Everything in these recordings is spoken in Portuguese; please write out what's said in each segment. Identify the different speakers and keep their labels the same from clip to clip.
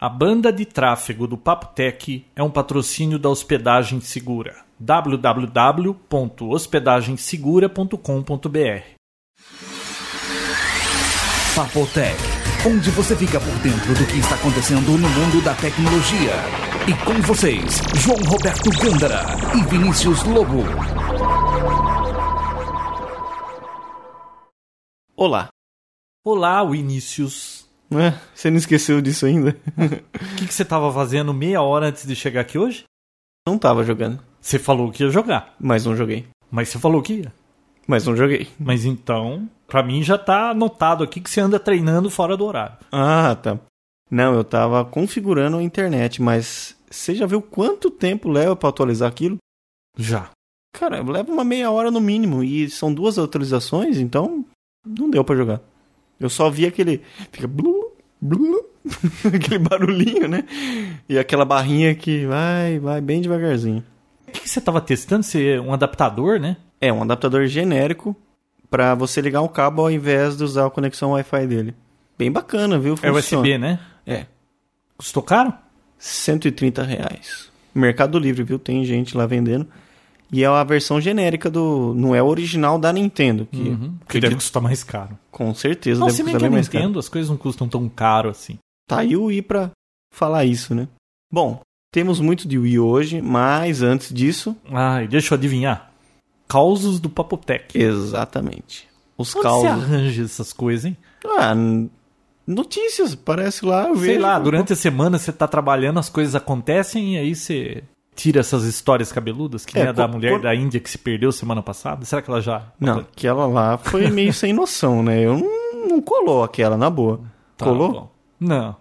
Speaker 1: A banda de tráfego do Papotec é um patrocínio da Hospedagem Segura. www.hospedagensegura.com.br
Speaker 2: Papotec, onde você fica por dentro do que está acontecendo no mundo da tecnologia. E com vocês, João Roberto Gândara e Vinícius Lobo.
Speaker 3: Olá.
Speaker 1: Olá, Vinícius.
Speaker 3: Ah, você não esqueceu disso ainda?
Speaker 1: O que, que você estava fazendo meia hora antes de chegar aqui hoje?
Speaker 3: não tava jogando,
Speaker 1: Você falou que ia jogar,
Speaker 3: mas não joguei.
Speaker 1: mas você falou que ia.
Speaker 3: Mas não joguei.
Speaker 1: Mas então, pra mim já tá anotado aqui que você anda treinando fora do horário.
Speaker 3: Ah, tá. Não, eu tava configurando a internet, mas você já viu quanto tempo leva pra atualizar aquilo?
Speaker 1: Já.
Speaker 3: Cara, leva uma meia hora no mínimo e são duas atualizações, então não deu pra jogar. Eu só vi aquele fica blu, blu, aquele barulhinho, né? E aquela barrinha que vai, vai bem devagarzinho.
Speaker 1: O que, que você estava testando? Você é um adaptador, né?
Speaker 3: É um adaptador genérico pra você ligar o cabo ao invés de usar a conexão Wi-Fi dele. Bem bacana, viu?
Speaker 1: É
Speaker 3: Funciona.
Speaker 1: USB, né?
Speaker 3: É.
Speaker 1: Custou caro?
Speaker 3: 130 reais. Mercado Livre, viu? Tem gente lá vendendo. E é a versão genérica do. Não é a original da Nintendo. Que
Speaker 1: Que deve custar mais caro.
Speaker 3: com certeza
Speaker 1: Uhum. Não,
Speaker 3: Uhum. deve
Speaker 1: se bem
Speaker 3: custar
Speaker 1: que a
Speaker 3: bem mais caro.
Speaker 1: Nintendo, as coisas não custam tão caro assim.
Speaker 3: Tá aí o Wii pra falar isso, né? Bom, temos muito de Wii hoje, mas antes disso.
Speaker 1: Ai, deixa eu adivinhar. Causos do Papotec.
Speaker 3: Exatamente. Os
Speaker 1: Onde você
Speaker 3: causos.
Speaker 1: arranja essas coisas, hein?
Speaker 3: Ah, n- notícias, parece lá. eu
Speaker 1: Sei
Speaker 3: vejo.
Speaker 1: lá, durante a semana você tá trabalhando, as coisas acontecem e aí você tira essas histórias cabeludas, que
Speaker 3: É,
Speaker 1: nem a da
Speaker 3: co-
Speaker 1: mulher
Speaker 3: co-
Speaker 1: da Índia que se perdeu semana passada. Será que ela já. Tá,
Speaker 3: Não, aquela lá foi meio sem noção, né? Eu não, não colou aquela, na boa.
Speaker 1: Tá
Speaker 3: colou?
Speaker 1: bom. Não.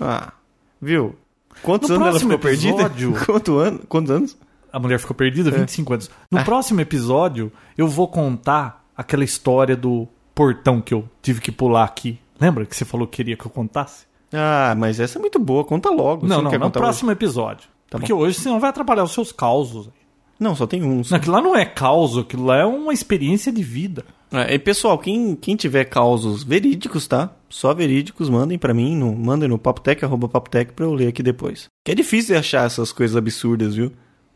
Speaker 3: Ah, viu? Quantos
Speaker 1: No
Speaker 3: anos ela
Speaker 1: próximo
Speaker 3: ficou perdida?
Speaker 1: episódio-
Speaker 3: Quanto ano? Quantos anos?
Speaker 1: A mulher ficou
Speaker 3: É.
Speaker 1: perdida, 25 anos. No próximo episódio, eu vou contar aquela história do portão que eu tive que pular aqui. Lembra que você falou que queria que eu contasse?
Speaker 3: Ah, mas essa é muito boa, conta logo. Você
Speaker 1: não, não,
Speaker 3: quer
Speaker 1: no
Speaker 3: contar
Speaker 1: próximo episódio.
Speaker 3: Tá
Speaker 1: porque hoje você não vai atrapalhar os seus causos.
Speaker 3: hoje? Não, só tem um. só.
Speaker 1: Não, Aquilo lá não é causo, aquilo lá é uma experiência de vida.
Speaker 3: Ah, e pessoal, quem, quem tiver causos verídicos, tá? Só verídicos, mandem pra mim, no, mandem no papotec, arroba papotec pra eu ler aqui depois. Que é difícil de achar essas coisas absurdas, viu?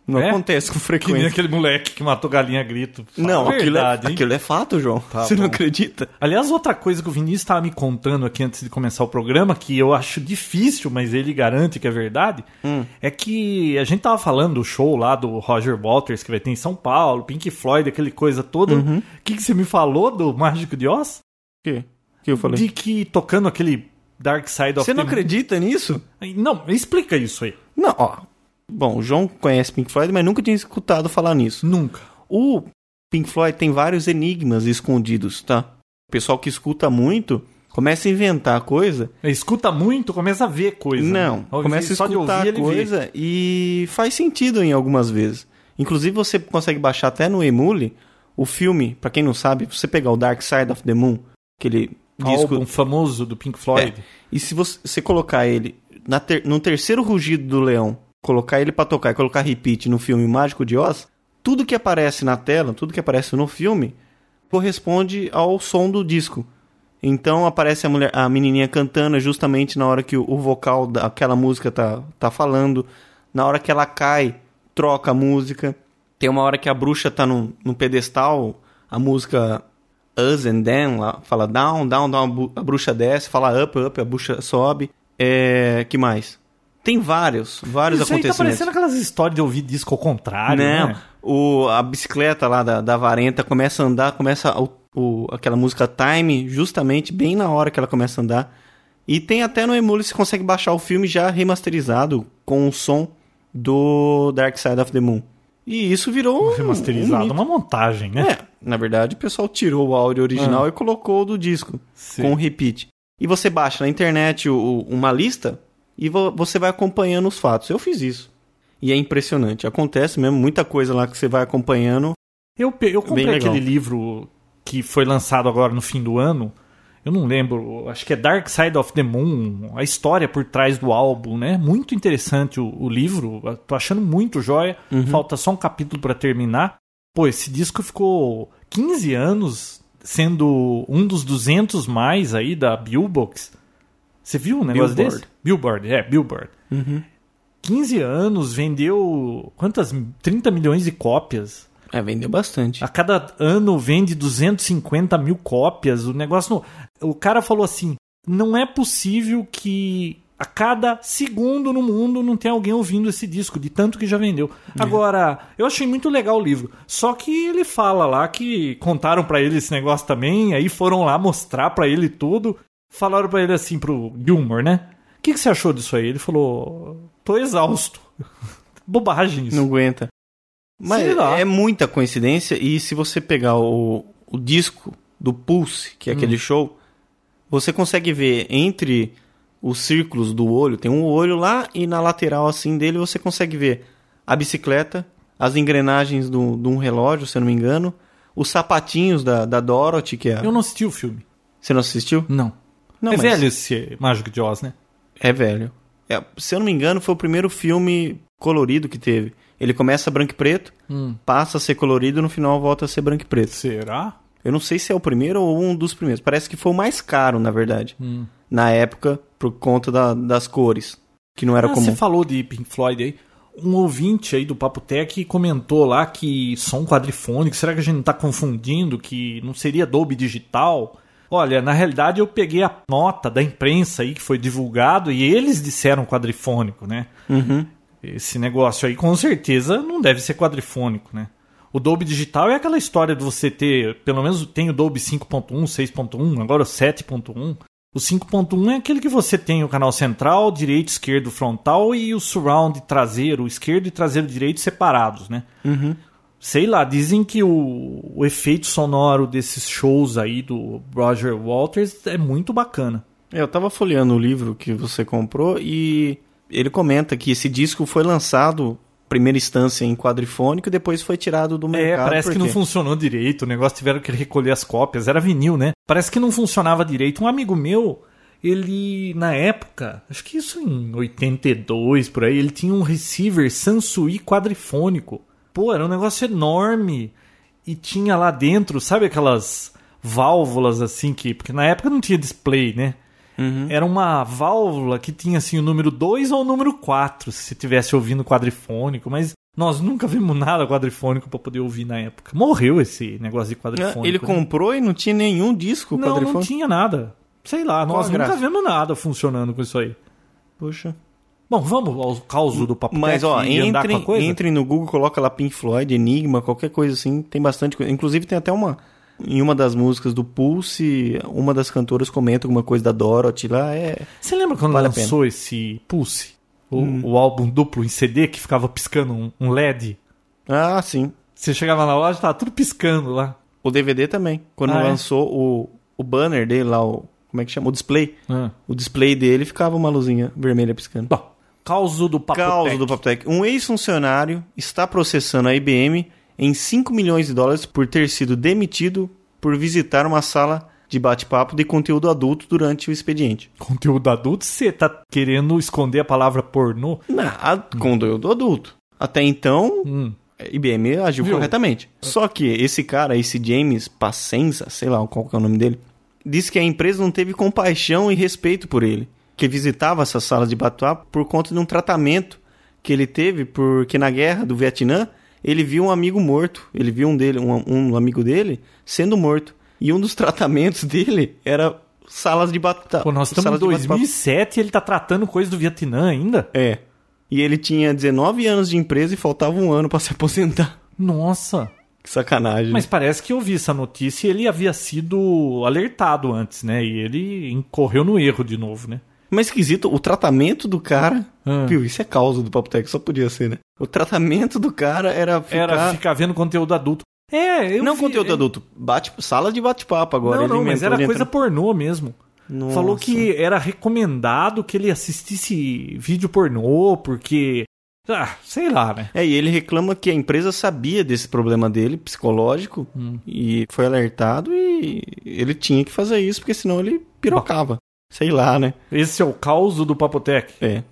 Speaker 3: Não
Speaker 1: É?
Speaker 3: acontece com
Speaker 1: Que nem
Speaker 3: frequência.
Speaker 1: aquele moleque que matou galinha a grito. Fala
Speaker 3: Não,
Speaker 1: a
Speaker 3: aquilo,
Speaker 1: verdade,
Speaker 3: é,
Speaker 1: hein?
Speaker 3: aquilo é fato, João.
Speaker 1: Tá
Speaker 3: Você não
Speaker 1: bom.
Speaker 3: acredita?
Speaker 1: Aliás, outra coisa que o Vinícius estava me contando aqui antes de começar o programa, que eu acho difícil, mas ele garante que é verdade,
Speaker 3: Hum.
Speaker 1: é que a gente tava falando do show lá do Roger Waters que vai ter em São Paulo, Pink Floyd, aquele coisa toda. O
Speaker 3: Uhum.
Speaker 1: que, que você me falou do Mágico de Oz?
Speaker 3: O quê? O que eu falei?
Speaker 1: De que tocando aquele Dark Side of
Speaker 3: Você não
Speaker 1: the-
Speaker 3: acredita nisso?
Speaker 1: Não, explica isso aí.
Speaker 3: Não, ó. Bom, o João conhece Pink Floyd, mas nunca tinha escutado falar nisso.
Speaker 1: Nunca.
Speaker 3: O Pink Floyd tem vários enigmas escondidos, tá? O pessoal que escuta muito começa a inventar coisa.
Speaker 1: Escuta muito, começa a ver coisa. né?
Speaker 3: Não,
Speaker 1: Ao
Speaker 3: começa a
Speaker 1: invés- só de
Speaker 3: escutar
Speaker 1: ouvir, ele vê.
Speaker 3: coisa e faz sentido em algumas vezes. Inclusive você consegue baixar até no Emule o filme, pra quem não sabe, você pegar o Dark Side of the Moon, aquele disco
Speaker 1: álbum famoso do Pink Floyd.
Speaker 3: É. E se você, você colocar ele na ter- no terceiro rugido do leão, colocar ele pra tocar e colocar repeat no filme Mágico de Oz, tudo que aparece na tela, tudo que aparece no filme, corresponde ao som do disco. Então aparece a mulher, a menininha cantando é justamente na hora que o, o vocal daquela música tá, tá falando, na hora que ela cai, troca a música. Tem uma hora que a bruxa tá num, num pedestal, a música Us and Them, lá, fala down, down, down, a bu- a bruxa desce, fala up, up, a bruxa sobe. É, que mais? Tem vários, vários
Speaker 1: Isso aí tá
Speaker 3: acontecimentos.
Speaker 1: parecendo aquelas histórias de ouvir disco ao contrário,
Speaker 3: Não,
Speaker 1: né?
Speaker 3: o, a bicicleta lá da, da varenta começa a andar, começa o, o- aquela música Time, justamente bem na hora que ela começa a andar. E tem até no Emule, você consegue baixar o filme já remasterizado com o som do Dark Side of the Moon. E isso virou um-
Speaker 1: Remasterizado,
Speaker 3: um
Speaker 1: uma montagem, né?
Speaker 3: é, na verdade, o pessoal tirou o áudio
Speaker 1: Ah.
Speaker 3: original e colocou o do disco
Speaker 1: Sim.
Speaker 3: com o repeat. E você baixa na internet o- o- uma lista e vo- você vai acompanhando os fatos. Eu fiz isso. E é impressionante. Acontece mesmo muita coisa lá que você vai acompanhando.
Speaker 1: Eu, pe- eu comprei
Speaker 3: Bem legal.
Speaker 1: aquele livro que foi lançado agora no fim do ano. Eu não lembro, acho que é Dark Side of the Moon, a história por trás do álbum, né? Muito interessante o, o livro, eu tô achando muito joia.
Speaker 3: Uhum.
Speaker 1: Falta só um capítulo pra terminar. Pô, esse disco ficou 15 anos sendo um dos 200 mais aí da Billbox. Você viu um negócio
Speaker 3: Billboard. Uhum.
Speaker 1: desse? Billboard, é, Billboard. 15 anos, vendeu quantas? 30 milhões de cópias.
Speaker 3: É, vendeu bastante.
Speaker 1: A cada ano vende 250 mil cópias. O negócio. não- O cara falou assim: não é possível que a cada segundo no mundo não tenha alguém ouvindo esse disco, de tanto que já vendeu. Agora, eu achei muito legal o livro. Só que ele fala lá que contaram pra ele esse negócio também, aí foram lá mostrar pra ele tudo. Falaram pra ele assim, pro Gilmore, né? O que, que você achou disso aí? Ele falou: tô exausto. Bobagem isso.
Speaker 3: Não aguenta. Mas
Speaker 1: Sei lá.
Speaker 3: é muita coincidência e se você pegar o, o disco do Pulse, que é aquele
Speaker 1: Hum.
Speaker 3: show, você consegue ver entre os círculos do olho, tem um olho lá e na lateral assim dele você consegue ver a bicicleta, as engrenagens do- de um relógio, se eu não me engano, os sapatinhos da, da Dorothy, que é...
Speaker 1: Eu não assisti o filme.
Speaker 3: Você não assistiu?
Speaker 1: Não.
Speaker 3: Não,
Speaker 1: é
Speaker 3: mas-
Speaker 1: velho esse Mágico de Oz, né?
Speaker 3: É velho. É, se eu não me engano, foi o primeiro filme colorido que teve. Ele começa branco e preto, passa a ser colorido e no final volta a ser branco e preto.
Speaker 1: Será?
Speaker 3: Eu não sei se é o primeiro ou um dos primeiros. Parece que foi o mais caro, na verdade.
Speaker 1: Hum.
Speaker 3: Na época, por conta da- das cores, que não era
Speaker 1: Ah,
Speaker 3: comum.
Speaker 1: Você falou de Pink Floyd aí. Um ouvinte aí do Papo Tech comentou lá que som quadrifônico, será que a gente não tá confundindo que não seria Dolby Digital? Olha, na realidade eu peguei a nota da imprensa aí que foi divulgado e eles disseram quadrifônico, né?
Speaker 3: Uhum.
Speaker 1: Esse negócio aí com certeza não deve ser quadrifônico, né? O Dolby Digital é aquela história de você ter, pelo menos tem o Dolby 5.1, 6.1, agora o 7.1. O 5.1 é aquele que você tem o canal central, direito, esquerdo, frontal e o surround traseiro, esquerdo e traseiro direito separados, né? Sei lá, dizem que o, o efeito sonoro desses shows aí do Roger Waters é muito bacana.
Speaker 3: É, Eu tava folheando o livro que você comprou e ele comenta que esse disco foi lançado, primeira instância, em quadrifônico e depois foi tirado do
Speaker 1: É,
Speaker 3: mercado.
Speaker 1: parece que não
Speaker 3: porque-
Speaker 1: funcionou direito, o negócio tiveram que recolher as cópias, era vinil, né? Parece que não funcionava direito. Um amigo meu, ele, na época, acho que isso em 82, por aí, ele tinha um receiver Sansui quadrifônico. Pô, era um negócio enorme e tinha lá dentro, sabe aquelas válvulas assim que... Porque na época não tinha display, né?
Speaker 3: Uhum.
Speaker 1: Era uma válvula que tinha assim o número 2 ou o número 4, se tivesse ouvindo quadrifônico, mas nós nunca vimos nada quadrifônico pra poder ouvir na época. Morreu esse negócio de quadrifônico.
Speaker 3: Ah, Ele
Speaker 1: né?
Speaker 3: comprou e não tinha nenhum disco
Speaker 1: Não, não
Speaker 3: quadrifônico.
Speaker 1: tinha nada. Sei lá,
Speaker 3: Qual
Speaker 1: nós
Speaker 3: a
Speaker 1: nunca
Speaker 3: graça?
Speaker 1: vimos nada funcionando com isso aí.
Speaker 3: Poxa.
Speaker 1: Bom, vamos ao causo do papo
Speaker 3: Mas,
Speaker 1: Tech
Speaker 3: ó,
Speaker 1: e andar com a
Speaker 3: entrem,
Speaker 1: coisa?
Speaker 3: entrem no Google, coloca lá Pink Floyd, Enigma, qualquer coisa assim, tem bastante coisa. Inclusive tem até uma. Em uma das músicas do Pulse, uma das cantoras comenta alguma coisa da Dorothy lá. É.
Speaker 1: Você lembra quando
Speaker 3: Vale a Hum.
Speaker 1: lançou esse Pulse? O, o álbum duplo em CD que ficava piscando um, um LED?
Speaker 3: Ah, sim.
Speaker 1: Você chegava na loja tava tudo piscando lá.
Speaker 3: O DVD também. Quando
Speaker 1: Ah, é?
Speaker 3: lançou o, o banner dele lá, o. Como é que chama? O display.
Speaker 1: Ah.
Speaker 3: O display dele ficava uma luzinha vermelha piscando.
Speaker 1: Bom, causo do papo
Speaker 3: Causa
Speaker 1: Tech.
Speaker 3: do Papotec. Um ex-funcionário está processando a IBM em 5 milhões de dólares por ter sido demitido por visitar uma sala de bate-papo de conteúdo adulto durante o expediente.
Speaker 1: Conteúdo adulto, você tá querendo esconder a palavra pornô?
Speaker 3: Na, a- conteúdo adulto. Até então,
Speaker 1: Hum.
Speaker 3: a IBM agiu
Speaker 1: Viu?
Speaker 3: corretamente. Só que esse cara, esse James Pacenza, sei lá qual que é o nome dele, disse que a empresa não teve compaixão e respeito por ele, que visitava essa sala de bate-papo por conta de um tratamento que ele teve porque na guerra do Vietnã ele viu um amigo morto, ele viu um dele, um, um amigo dele sendo morto. E um dos tratamentos dele era salas de bate-papo.
Speaker 1: Pô, nós estamos em
Speaker 3: salas de bate-papo.
Speaker 1: 2007 e ele tá tratando coisa do Vietnã ainda?
Speaker 3: É. E ele tinha 19 anos de empresa e faltava um ano pra se aposentar.
Speaker 1: Nossa!
Speaker 3: Que sacanagem.
Speaker 1: Mas parece que eu vi essa notícia e ele havia sido alertado antes, né? E ele incorreu no erro de novo, né?
Speaker 3: Mas esquisito, o tratamento do cara.
Speaker 1: Ah.
Speaker 3: Pio, isso é causa do Papo Tech, só podia ser, né? O tratamento do cara era ficar.
Speaker 1: Era ficar vendo conteúdo adulto. É, eu
Speaker 3: não
Speaker 1: vi-
Speaker 3: conteúdo adulto, bate, sala de bate-papo agora.
Speaker 1: Não,
Speaker 3: ele
Speaker 1: não, mas
Speaker 3: inventou
Speaker 1: era
Speaker 3: de
Speaker 1: coisa
Speaker 3: entrar-
Speaker 1: pornô mesmo.
Speaker 3: Nossa.
Speaker 1: Falou que era recomendado que ele assistisse vídeo pornô, porque. Ah, sei lá, né?
Speaker 3: É, e ele reclama que a empresa sabia desse problema dele, psicológico,
Speaker 1: Hum.
Speaker 3: e foi alertado e ele tinha que fazer isso, porque senão ele pirocava. Sei lá, né?
Speaker 1: Esse é o caos do Papotec.
Speaker 3: É.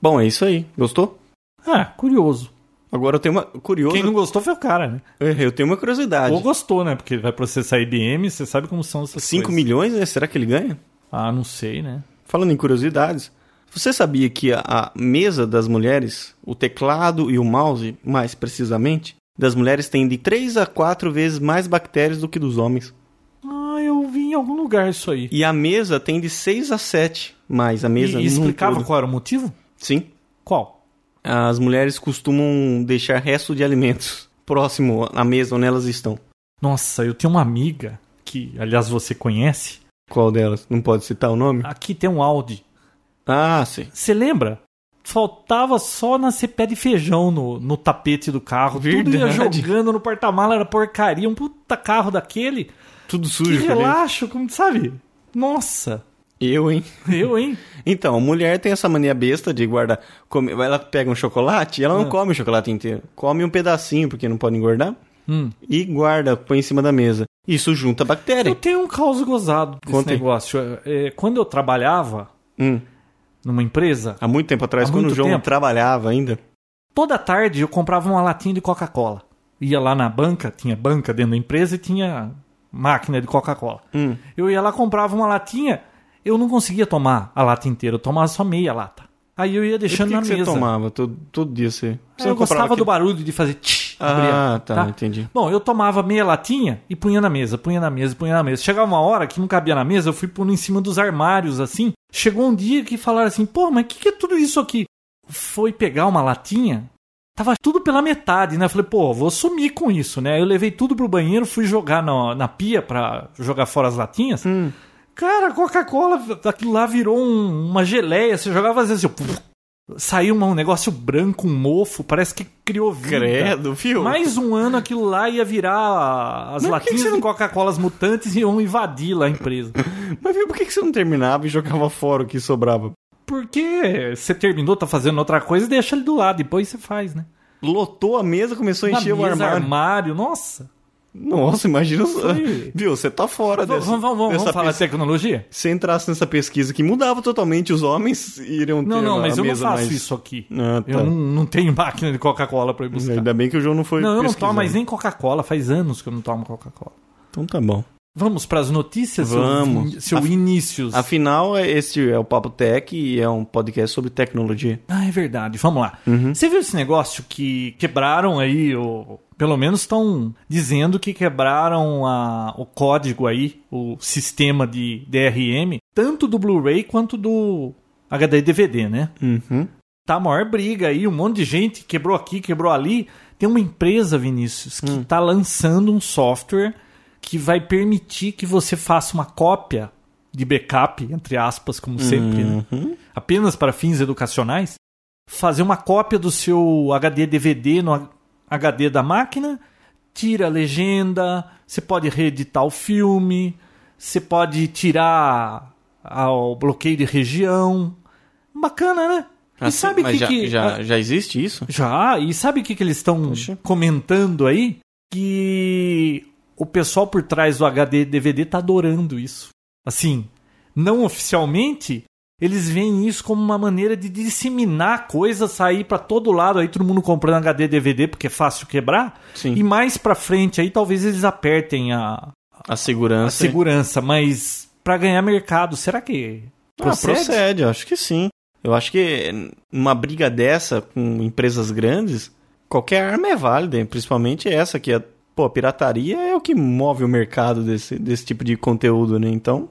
Speaker 3: Bom, é isso aí. Gostou?
Speaker 1: Ah, curioso.
Speaker 3: Agora eu tenho uma. Curioso.
Speaker 1: Quem não gostou foi o cara, né?
Speaker 3: É, Eu tenho uma curiosidade.
Speaker 1: Ou gostou, né? Porque vai processar IBM, você sabe como são essas
Speaker 3: 5
Speaker 1: coisas.
Speaker 3: milhões, né? Será que ele ganha?
Speaker 1: Ah, não sei, né?
Speaker 3: falando em curiosidades, você sabia que a, a mesa das mulheres, o teclado e o mouse, mais precisamente, das mulheres tem de 3 a 4 vezes mais bactérias do que dos homens.
Speaker 1: Ah, eu vi em algum lugar isso aí.
Speaker 3: E a mesa tem de 6 a 7 mais a mesa. né?
Speaker 1: E
Speaker 3: num
Speaker 1: explicava
Speaker 3: todo.
Speaker 1: qual era o motivo?
Speaker 3: Sim.
Speaker 1: Qual?
Speaker 3: As mulheres costumam deixar resto de alimentos próximo à mesa onde elas estão.
Speaker 1: Nossa, eu tenho uma amiga que, aliás, você conhece.
Speaker 3: Qual delas? Não pode citar o nome?
Speaker 1: Aqui tem um Audi.
Speaker 3: Ah, sim.
Speaker 1: Você lembra? Faltava só nascer pé de feijão no, no tapete do carro. Tudo ia
Speaker 3: Verdade.
Speaker 1: jogando no porta-mala, era porcaria. Um puta carro daquele.
Speaker 3: Tudo
Speaker 1: Que
Speaker 3: sujo. né? com a gente.
Speaker 1: relaxo, como sabe? Nossa,
Speaker 3: Eu, hein?
Speaker 1: eu, hein?
Speaker 3: Então, a mulher tem essa mania besta de guardar. Come... Ela pega um chocolate e ela
Speaker 1: Ah.
Speaker 3: não come o chocolate inteiro. Come um pedacinho, porque não pode engordar.
Speaker 1: Hum.
Speaker 3: E guarda, põe em cima da mesa. Isso junta
Speaker 1: Eu
Speaker 3: bactéria.
Speaker 1: tenho um caos gozado desse
Speaker 3: Conta aí.
Speaker 1: negócio. É, é, quando eu trabalhava
Speaker 3: Hum.
Speaker 1: numa empresa,
Speaker 3: Há muito tempo atrás,
Speaker 1: Há
Speaker 3: quando o
Speaker 1: muito
Speaker 3: João
Speaker 1: tempo.
Speaker 3: trabalhava ainda.
Speaker 1: toda tarde eu comprava uma latinha de Coca-Cola. Ia lá na banca, tinha banca dentro da empresa e tinha máquina de Coca-Cola.
Speaker 3: Hum.
Speaker 1: Eu ia lá, comprava uma latinha, eu não conseguia tomar a lata inteira, eu tomava só meia lata. Aí eu ia
Speaker 3: E por
Speaker 1: deixando
Speaker 3: que,
Speaker 1: na
Speaker 3: que
Speaker 1: mesa.
Speaker 3: você tomava todo, todo dia? Você,
Speaker 1: Aí
Speaker 3: você
Speaker 1: eu
Speaker 3: não comprava
Speaker 1: gostava do
Speaker 3: aquele-
Speaker 1: barulho de fazer tch,
Speaker 3: Ah,
Speaker 1: abria,
Speaker 3: tá, entendi.
Speaker 1: Bom, eu tomava meia latinha e punha na mesa, punha na mesa, punha na mesa. Chegava uma hora que não cabia na mesa, eu fui pondo em cima dos armários assim. Chegou um dia que falaram assim: pô, mas o que, que é tudo isso aqui? Foi pegar uma latinha, tava tudo pela metade, né? Eu falei, pô, vou sumir com isso, né? Eu levei tudo pro banheiro, fui jogar na, na pia pra jogar fora as latinhas.
Speaker 3: Hum.
Speaker 1: Cara, a Coca-Cola, aquilo lá virou um- uma geleia. Você jogava às vezes assim, puf, saiu um negócio branco, um mofo, parece que criou vida.
Speaker 3: Credo, viu?
Speaker 1: Mais um ano aquilo lá ia virar as
Speaker 3: Mas por que que
Speaker 1: latinhas
Speaker 3: você não-
Speaker 1: de Coca-Colas mutantes e iam invadir lá a empresa.
Speaker 3: Mas viu, por que que você não terminava e jogava fora o que sobrava?
Speaker 1: Porque você terminou, tá fazendo outra coisa e deixa ele do lado, depois você faz, né?
Speaker 3: Lotou a mesa, começou a
Speaker 1: Na
Speaker 3: encher o
Speaker 1: mesa,
Speaker 3: armário.
Speaker 1: armário, nossa.
Speaker 3: Nossa, imagina. só.
Speaker 1: Foi.
Speaker 3: Viu, você tá fora
Speaker 1: Vamos,
Speaker 3: dessa.
Speaker 1: vamos, vamos,
Speaker 3: dessa
Speaker 1: vamos falar de
Speaker 3: pesquisa.
Speaker 1: tecnologia?
Speaker 3: Se entrasse nessa pesquisa que mudava totalmente, os homens iriam ter
Speaker 1: Não, não,
Speaker 3: uma
Speaker 1: mas eu não
Speaker 3: mesa
Speaker 1: faço
Speaker 3: mais-
Speaker 1: isso aqui.
Speaker 3: Ah, tá.
Speaker 1: Eu não, não tenho máquina de Coca-Cola pra ir buscar.
Speaker 3: Ainda bem que o João não foi.
Speaker 1: Não, eu não
Speaker 3: pesquisar.
Speaker 1: tomo mais nem Coca-Cola. Faz anos que eu não tomo Coca-Cola.
Speaker 3: Então tá bom.
Speaker 1: Vamos pras notícias? seu-
Speaker 3: Vamos.
Speaker 1: Seu,
Speaker 3: Af-
Speaker 1: Inícios.
Speaker 3: Afinal, é- esse é o Papo Tech e é um podcast sobre tecnologia.
Speaker 1: Ah, é verdade. Vamos lá. Você viu esse negócio que quebraram aí, o... pelo menos estão dizendo que quebraram a... o código aí, o sistema de DRM, tanto do Blu-ray quanto do HD DVD, né?
Speaker 3: Uhum.
Speaker 1: Tá a maior briga aí, um monte de gente quebrou aqui, quebrou ali. Tem uma empresa, Vinícius, que tá lançando um software que vai permitir que você faça uma cópia de backup, entre aspas, como sempre, né?
Speaker 3: Uhum.
Speaker 1: apenas para fins educacionais, fazer uma cópia do seu HD DVD no HD da máquina, tira a legenda, você pode reeditar o filme, você pode tirar a- o bloqueio de região. Bacana, né? e
Speaker 3: Assim,
Speaker 1: sabe o
Speaker 3: mas
Speaker 1: que,
Speaker 3: já,
Speaker 1: que
Speaker 3: já, já existe isso?
Speaker 1: já, e sabe o que, que eles estão
Speaker 3: Poxa.
Speaker 1: comentando aí? Que o pessoal por trás do HD DVD tá adorando isso. Assim, não oficialmente, eles veem isso como uma maneira de disseminar coisa, sair pra todo lado aí, todo mundo comprando HD DVD porque é fácil quebrar.
Speaker 3: Sim.
Speaker 1: E mais pra frente aí, talvez eles apertem a,
Speaker 3: A
Speaker 1: a
Speaker 3: segurança.
Speaker 1: segurança, mas pra ganhar mercado, será que
Speaker 3: Ah,
Speaker 1: procede?
Speaker 3: procede, eu acho que sim. Eu acho que uma briga dessa com empresas grandes, qualquer arma é válida, principalmente essa que é. Pô, a pirataria é o que move o mercado desse, desse tipo de conteúdo, né? Então,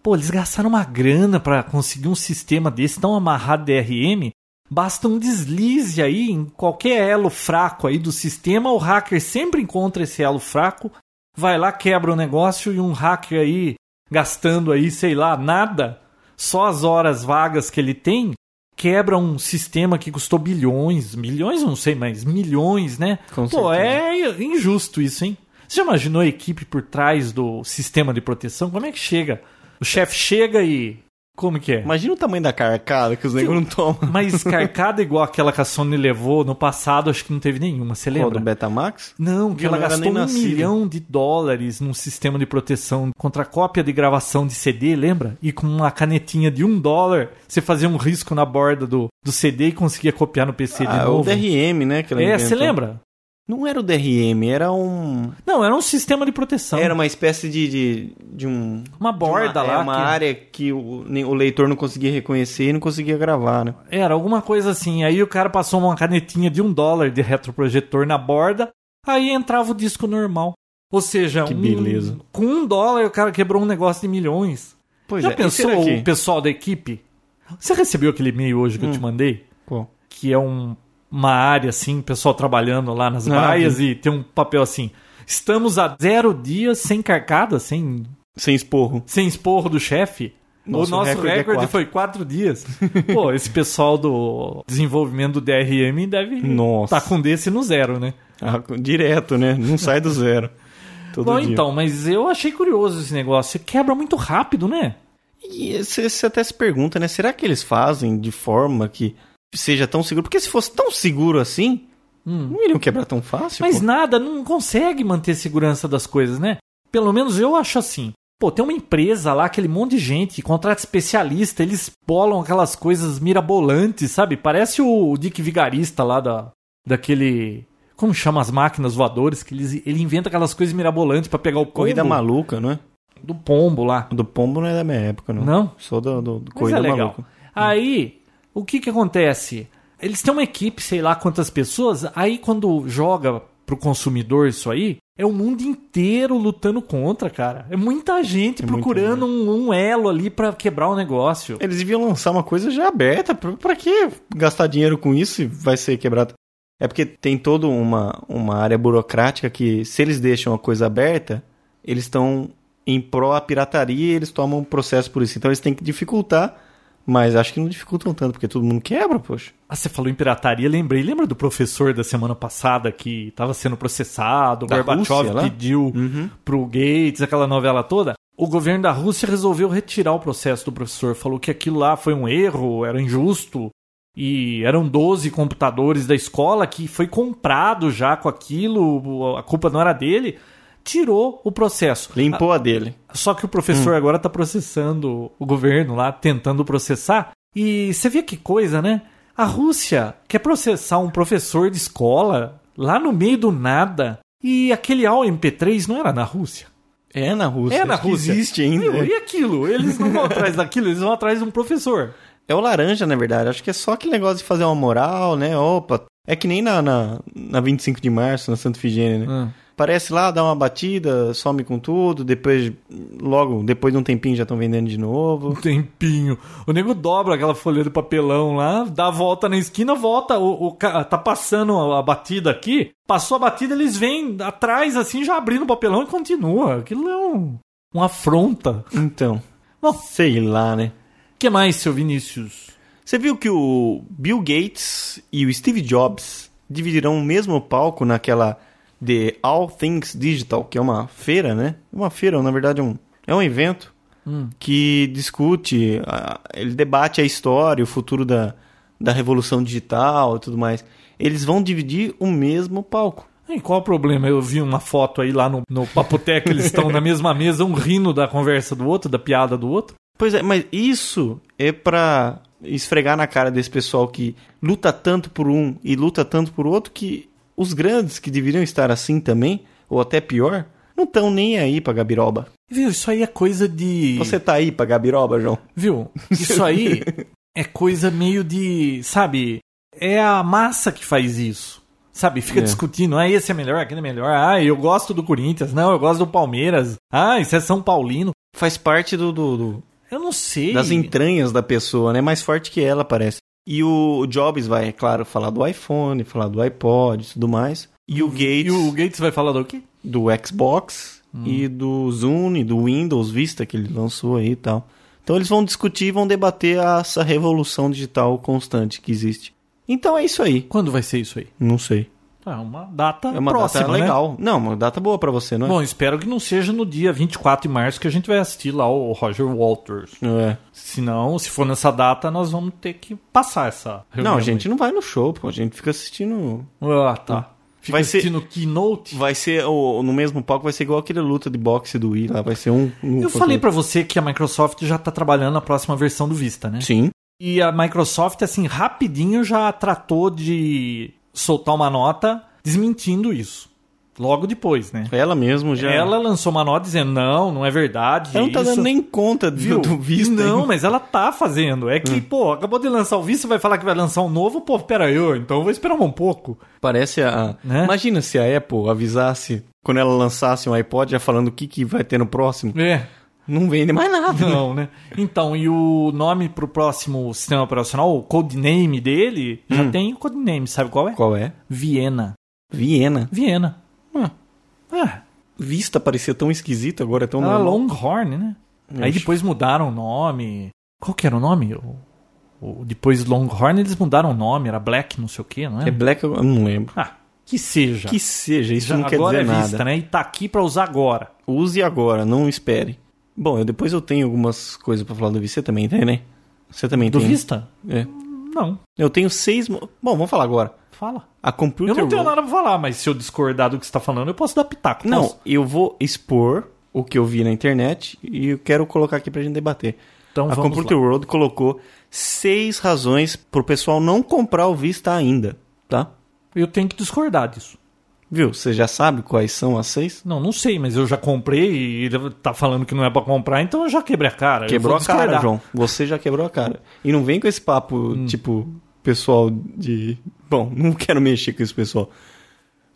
Speaker 1: Pô, eles gastaram uma grana pra conseguir um sistema desse tão amarrado DRM. Basta um deslize aí em qualquer elo fraco aí do sistema, o hacker sempre encontra esse elo fraco, vai lá, quebra o negócio e um hacker aí gastando aí, sei lá, nada, só as horas vagas que ele tem, quebra um sistema que custou bilhões, milhões, não sei, mas milhões, né?
Speaker 3: Com
Speaker 1: Pô,
Speaker 3: certeza.
Speaker 1: é injusto isso, hein? Você já imaginou a equipe por trás do sistema de proteção? Como é que chega? O chefe chega e. Como que é?
Speaker 3: imagina o tamanho da carcada que os negros não tomam.
Speaker 1: Mas carcada igual aquela que a Sony levou no passado, acho que não teve nenhuma, você
Speaker 3: Qual, do
Speaker 1: lembra?
Speaker 3: Betamax?
Speaker 1: Não, que
Speaker 3: Eu
Speaker 1: ela
Speaker 3: não era
Speaker 1: gastou um
Speaker 3: nem nascido.
Speaker 1: milhão de dólares num sistema de proteção contra cópia de gravação de CD, lembra? E com uma canetinha de um dólar, você fazia um risco na borda do, do CD e conseguia copiar no PC de
Speaker 3: Ah, o
Speaker 1: novo.
Speaker 3: DRM, né? Que ela
Speaker 1: um. é, você
Speaker 3: inventou.
Speaker 1: lembra?
Speaker 3: Não era o DRM, era um.
Speaker 1: Não, era um sistema de proteção.
Speaker 3: Era uma espécie de. de, de um.
Speaker 1: Uma borda
Speaker 3: de uma,
Speaker 1: lá
Speaker 3: É uma
Speaker 1: que-
Speaker 3: área que o, nem- o leitor não conseguia reconhecer e não conseguia gravar, né?
Speaker 1: Era alguma coisa assim. Aí o cara passou uma canetinha de um dólar de retroprojetor na borda, aí entrava o disco normal. Ou seja,
Speaker 3: Que
Speaker 1: um-
Speaker 3: beleza.
Speaker 1: com um dólar o cara quebrou um negócio de milhões.
Speaker 3: Pois
Speaker 1: Já
Speaker 3: é. e
Speaker 1: pensou
Speaker 3: será que- Hum.
Speaker 1: o pessoal da equipe? Você recebeu aquele e-mail hoje que eu te mandei?
Speaker 3: Qual?
Speaker 1: Que é um- uma área assim, o pessoal trabalhando lá nas
Speaker 3: Ah,
Speaker 1: baias e tem um papel assim. Estamos a zero dias sem carcada, sem,
Speaker 3: Sem esporro.
Speaker 1: sem esporro do chefe.
Speaker 3: Nosso
Speaker 1: o nosso
Speaker 3: recorde é
Speaker 1: recorde,
Speaker 3: quatro.
Speaker 1: foi quatro dias. Pô, esse pessoal do desenvolvimento do DRM deve tá
Speaker 3: Nossa.
Speaker 1: com desse no zero, né?
Speaker 3: Ah, direto, né? Não sai do zero. Todo
Speaker 1: Bom,
Speaker 3: dia.
Speaker 1: então, mas eu achei curioso esse negócio. Quebra muito rápido, né?
Speaker 3: E você você até se pergunta, né? Será que eles fazem de forma que seja tão seguro? Porque se fosse tão seguro assim,
Speaker 1: Hum.
Speaker 3: não iriam quebrar tão fácil.
Speaker 1: Mas
Speaker 3: pô.
Speaker 1: nada, não consegue manter segurança das coisas, né? Pelo menos eu acho assim. Pô, tem uma empresa lá, aquele monte de gente, contrata especialista, eles bolam aquelas coisas mirabolantes, sabe? Parece o Dick Vigarista lá da, daquele. Como chama as máquinas voadoras? Que eles, ele inventa aquelas coisas mirabolantes pra pegar o pombo.
Speaker 3: Corrida maluca, não é?
Speaker 1: Do pombo lá.
Speaker 3: Do pombo não é da minha época, não.
Speaker 1: Não?
Speaker 3: Sou do, do, do
Speaker 1: Mas
Speaker 3: Corrida
Speaker 1: é legal.
Speaker 3: Maluca.
Speaker 1: Aí, o que que acontece? Eles têm uma equipe, sei lá quantas pessoas, aí quando joga pro consumidor isso aí, é o mundo inteiro lutando contra, cara. É muita gente
Speaker 3: É muita
Speaker 1: procurando Um, um elo ali pra quebrar o negócio.
Speaker 3: Eles deviam lançar uma coisa já aberta. Pra, pra que gastar dinheiro com isso se vai ser quebrado? É porque tem toda uma, uma área burocrática que, se eles deixam a coisa aberta, eles estão em pró à pirataria e eles tomam um processo por isso. Então eles têm que dificultar, mas acho que não dificultam tanto, porque todo mundo quebra, poxa.
Speaker 1: Ah, você falou em pirataria, lembrei. Lembra do professor da semana passada que tava sendo processado, o
Speaker 3: Da
Speaker 1: Gorbachev
Speaker 3: Rússia, lá? Hum.
Speaker 1: pediu
Speaker 3: Uhum.
Speaker 1: pro Gates, aquela novela toda? O governo da Rússia resolveu retirar o processo do professor, falou que aquilo lá foi um erro, era injusto. E eram 12 computadores da escola que foi comprado já com aquilo, a culpa não era dele. Tirou o processo. Ah,
Speaker 3: Limpou a dele.
Speaker 1: Só que o professor agora tá processando o governo lá, tentando processar. E você vê que coisa, né? A Rússia quer processar um professor de escola lá no meio do nada. E aquele AOMP3 não era na Rússia.
Speaker 3: É na Rússia.
Speaker 1: é na
Speaker 3: acho que
Speaker 1: Rússia.
Speaker 3: Existe ainda. né?
Speaker 1: Meu, e aquilo? Eles não vão atrás daquilo, eles vão atrás de um professor.
Speaker 3: É o laranja, na verdade. Acho que é só aquele negócio de fazer uma moral, né? Opa. É que nem na, na, na 25 de março, na Santa Figênia, né? Parece lá, dá uma batida, some com tudo, depois, logo, depois de um tempinho já estão vendendo de
Speaker 1: Um
Speaker 3: novo.
Speaker 1: tempinho. O nego dobra aquela folha de papelão lá, dá a volta na esquina, volta. O, o ca- tá passando a, a batida aqui. Passou a batida, eles vêm atrás assim, já abrindo o papelão e continua. Aquilo é um, uma afronta.
Speaker 3: Então,
Speaker 1: Bom.
Speaker 3: sei lá, né?
Speaker 1: O que mais, seu Vinícius?
Speaker 3: Você viu que o Bill Gates e o Steve Jobs dividirão o mesmo palco naquela The All Things Digital, que é uma feira, né? Uma feira, na verdade, é um, é um evento que discute, a- ele debate a história, o futuro da, da revolução digital e tudo mais. Eles vão dividir o mesmo palco.
Speaker 1: Ei, qual o problema? Eu vi uma foto aí lá no, no Papoteca, eles estão na mesma mesa, um rindo da conversa do outro, da piada do outro.
Speaker 3: Pois é, mas isso é pra esfregar na cara desse pessoal que luta tanto por um e luta tanto por outro que os grandes que deveriam estar assim também, ou até pior, não estão nem aí pra Gabiroba.
Speaker 1: Viu, isso aí é coisa de.
Speaker 3: Você tá aí pra Gabiroba, João?
Speaker 1: Viu? Isso aí é coisa meio de. Sabe? É a massa que faz isso. Sabe? Fica
Speaker 3: É.
Speaker 1: discutindo. Ah, esse é melhor, aquele é melhor. Ah, eu gosto do Corinthians. Não, eu gosto do Palmeiras. Ah, isso é São Paulino.
Speaker 3: Faz parte do, do- do-
Speaker 1: Eu não sei.
Speaker 3: das entranhas da pessoa, né? Mais forte que ela, parece. E o Jobs vai, é claro, falar do iPhone, falar do iPod e tudo mais. E o Gates
Speaker 1: E o Gates vai falar do quê?
Speaker 3: do Xbox
Speaker 1: Hum.
Speaker 3: e do Zune, do Windows Vista que ele lançou aí e tal. Então eles vão discutir e vão debater essa revolução digital constante que existe. Então é isso aí.
Speaker 1: Quando vai ser isso aí?
Speaker 3: Não sei.
Speaker 1: É uma data
Speaker 3: É uma
Speaker 1: próxima,
Speaker 3: data
Speaker 1: né?
Speaker 3: legal. Não, uma data boa pra você, não é?
Speaker 1: Bom, espero que não seja no dia 24 de março que a gente vai assistir lá o Roger Walters.
Speaker 3: é.
Speaker 1: Se não, se for nessa data, nós vamos ter que passar essa reunião.
Speaker 3: Não, a gente não vai no show, pô. A gente fica assistindo.
Speaker 1: não. Ah, tá. Fica
Speaker 3: Vai ser-
Speaker 1: assistindo keynote.
Speaker 3: Vai ser o, no mesmo palco, vai ser igual aquele luta de boxe do Wii lá. Vai ser um. um
Speaker 1: Eu
Speaker 3: contra
Speaker 1: falei
Speaker 3: o
Speaker 1: pra você que a Microsoft já tá trabalhando na próxima versão do Vista, né?
Speaker 3: outro. Sim.
Speaker 1: E a Microsoft, assim, rapidinho já tratou de soltar uma nota desmentindo isso. Logo depois, né?
Speaker 3: Ela mesmo já.
Speaker 1: Ela lançou uma nota dizendo: não, não é verdade.
Speaker 3: Ela não tá
Speaker 1: isso.
Speaker 3: dando nem conta do,
Speaker 1: Viu?
Speaker 3: do visto.
Speaker 1: não,
Speaker 3: ainda.
Speaker 1: mas ela tá fazendo. É que, pô, acabou de lançar o visto, vai falar que vai lançar um novo, pô, pera aí, ô, então eu vou esperar um pouco.
Speaker 3: Parece a.
Speaker 1: Né?
Speaker 3: Imagina se a Apple avisasse quando ela lançasse um iPod já falando o que, que vai ter no próximo.
Speaker 1: É.
Speaker 3: Não vende mais nada. né?
Speaker 1: Não, né? Então, e o nome pro próximo sistema operacional, o codename dele,
Speaker 3: Hum.
Speaker 1: já tem o codename, sabe qual é?
Speaker 3: Qual é?
Speaker 1: Viena.
Speaker 3: Viena.
Speaker 1: Viena.
Speaker 3: Ah,
Speaker 1: Ah,
Speaker 3: vista parecia tão esquisita, agora é tão
Speaker 1: era
Speaker 3: normal.
Speaker 1: Longhorn, né? Aí
Speaker 3: Ixi.
Speaker 1: depois mudaram o nome. Qual que era o nome? O, o- depois Longhorn eles mudaram o nome, era Black não sei o que, não
Speaker 3: É
Speaker 1: era?
Speaker 3: Black, eu não lembro.
Speaker 1: Ah, que seja.
Speaker 3: Que seja, isso
Speaker 1: Já
Speaker 3: não quer
Speaker 1: agora
Speaker 3: dizer
Speaker 1: é
Speaker 3: nada.
Speaker 1: vista, né? E tá aqui pra usar agora.
Speaker 3: Use agora, não espere. Bom, eu depois eu tenho algumas coisas pra falar do Vista. Você também tem, né? Você também
Speaker 1: Do
Speaker 3: tem. né?
Speaker 1: Vista?
Speaker 3: É.
Speaker 1: Não.
Speaker 3: Eu tenho seis. mo- Bom, vamos falar agora.
Speaker 1: Fala.
Speaker 3: A computer.
Speaker 1: Eu não tenho
Speaker 3: Road-
Speaker 1: nada pra falar, mas se eu discordar do que você tá falando, eu posso dar pitaco.
Speaker 3: Não,
Speaker 1: posso?
Speaker 3: eu vou expor o que eu vi na internet e eu quero colocar aqui pra gente debater.
Speaker 1: Então
Speaker 3: a
Speaker 1: vamos
Speaker 3: Computer World colocou seis razões pro pessoal não comprar o Vista ainda, tá?
Speaker 1: Eu tenho que discordar disso.
Speaker 3: Viu? Você já sabe quais são as seis?
Speaker 1: Não, não sei, mas eu já comprei e ele tá falando que não é pra comprar, então eu já quebrei a cara. Eu
Speaker 3: Quebrou
Speaker 1: vou
Speaker 3: a cara,
Speaker 1: discordar. Hum.
Speaker 3: João. Você já quebrou a cara. E não vem com esse papo, tipo, pessoal de. Bom, não quero mexer com esse pessoal.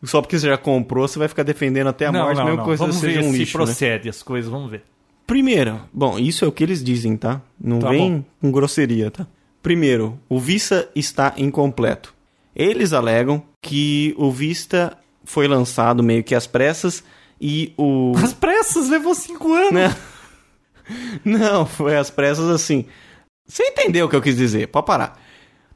Speaker 3: Só porque você já comprou, você vai ficar defendendo até a
Speaker 1: Não,
Speaker 3: morte,
Speaker 1: não,
Speaker 3: mesmo
Speaker 1: não.
Speaker 3: que você
Speaker 1: Vamos
Speaker 3: seja
Speaker 1: ver
Speaker 3: um
Speaker 1: se
Speaker 3: lixo. né?
Speaker 1: procede as coisas, vamos ver.
Speaker 3: Primeiro, bom, isso é o que eles dizem, tá? Não
Speaker 1: Tá
Speaker 3: vem
Speaker 1: bom.
Speaker 3: com grosseria, tá? Primeiro, o Vista está incompleto. Eles alegam que o Vista foi lançado meio que às pressas e o.
Speaker 1: As pressas, levou cinco anos.
Speaker 3: Né? Não, foi às pressas assim. Você entendeu o que eu quis dizer? Pode parar.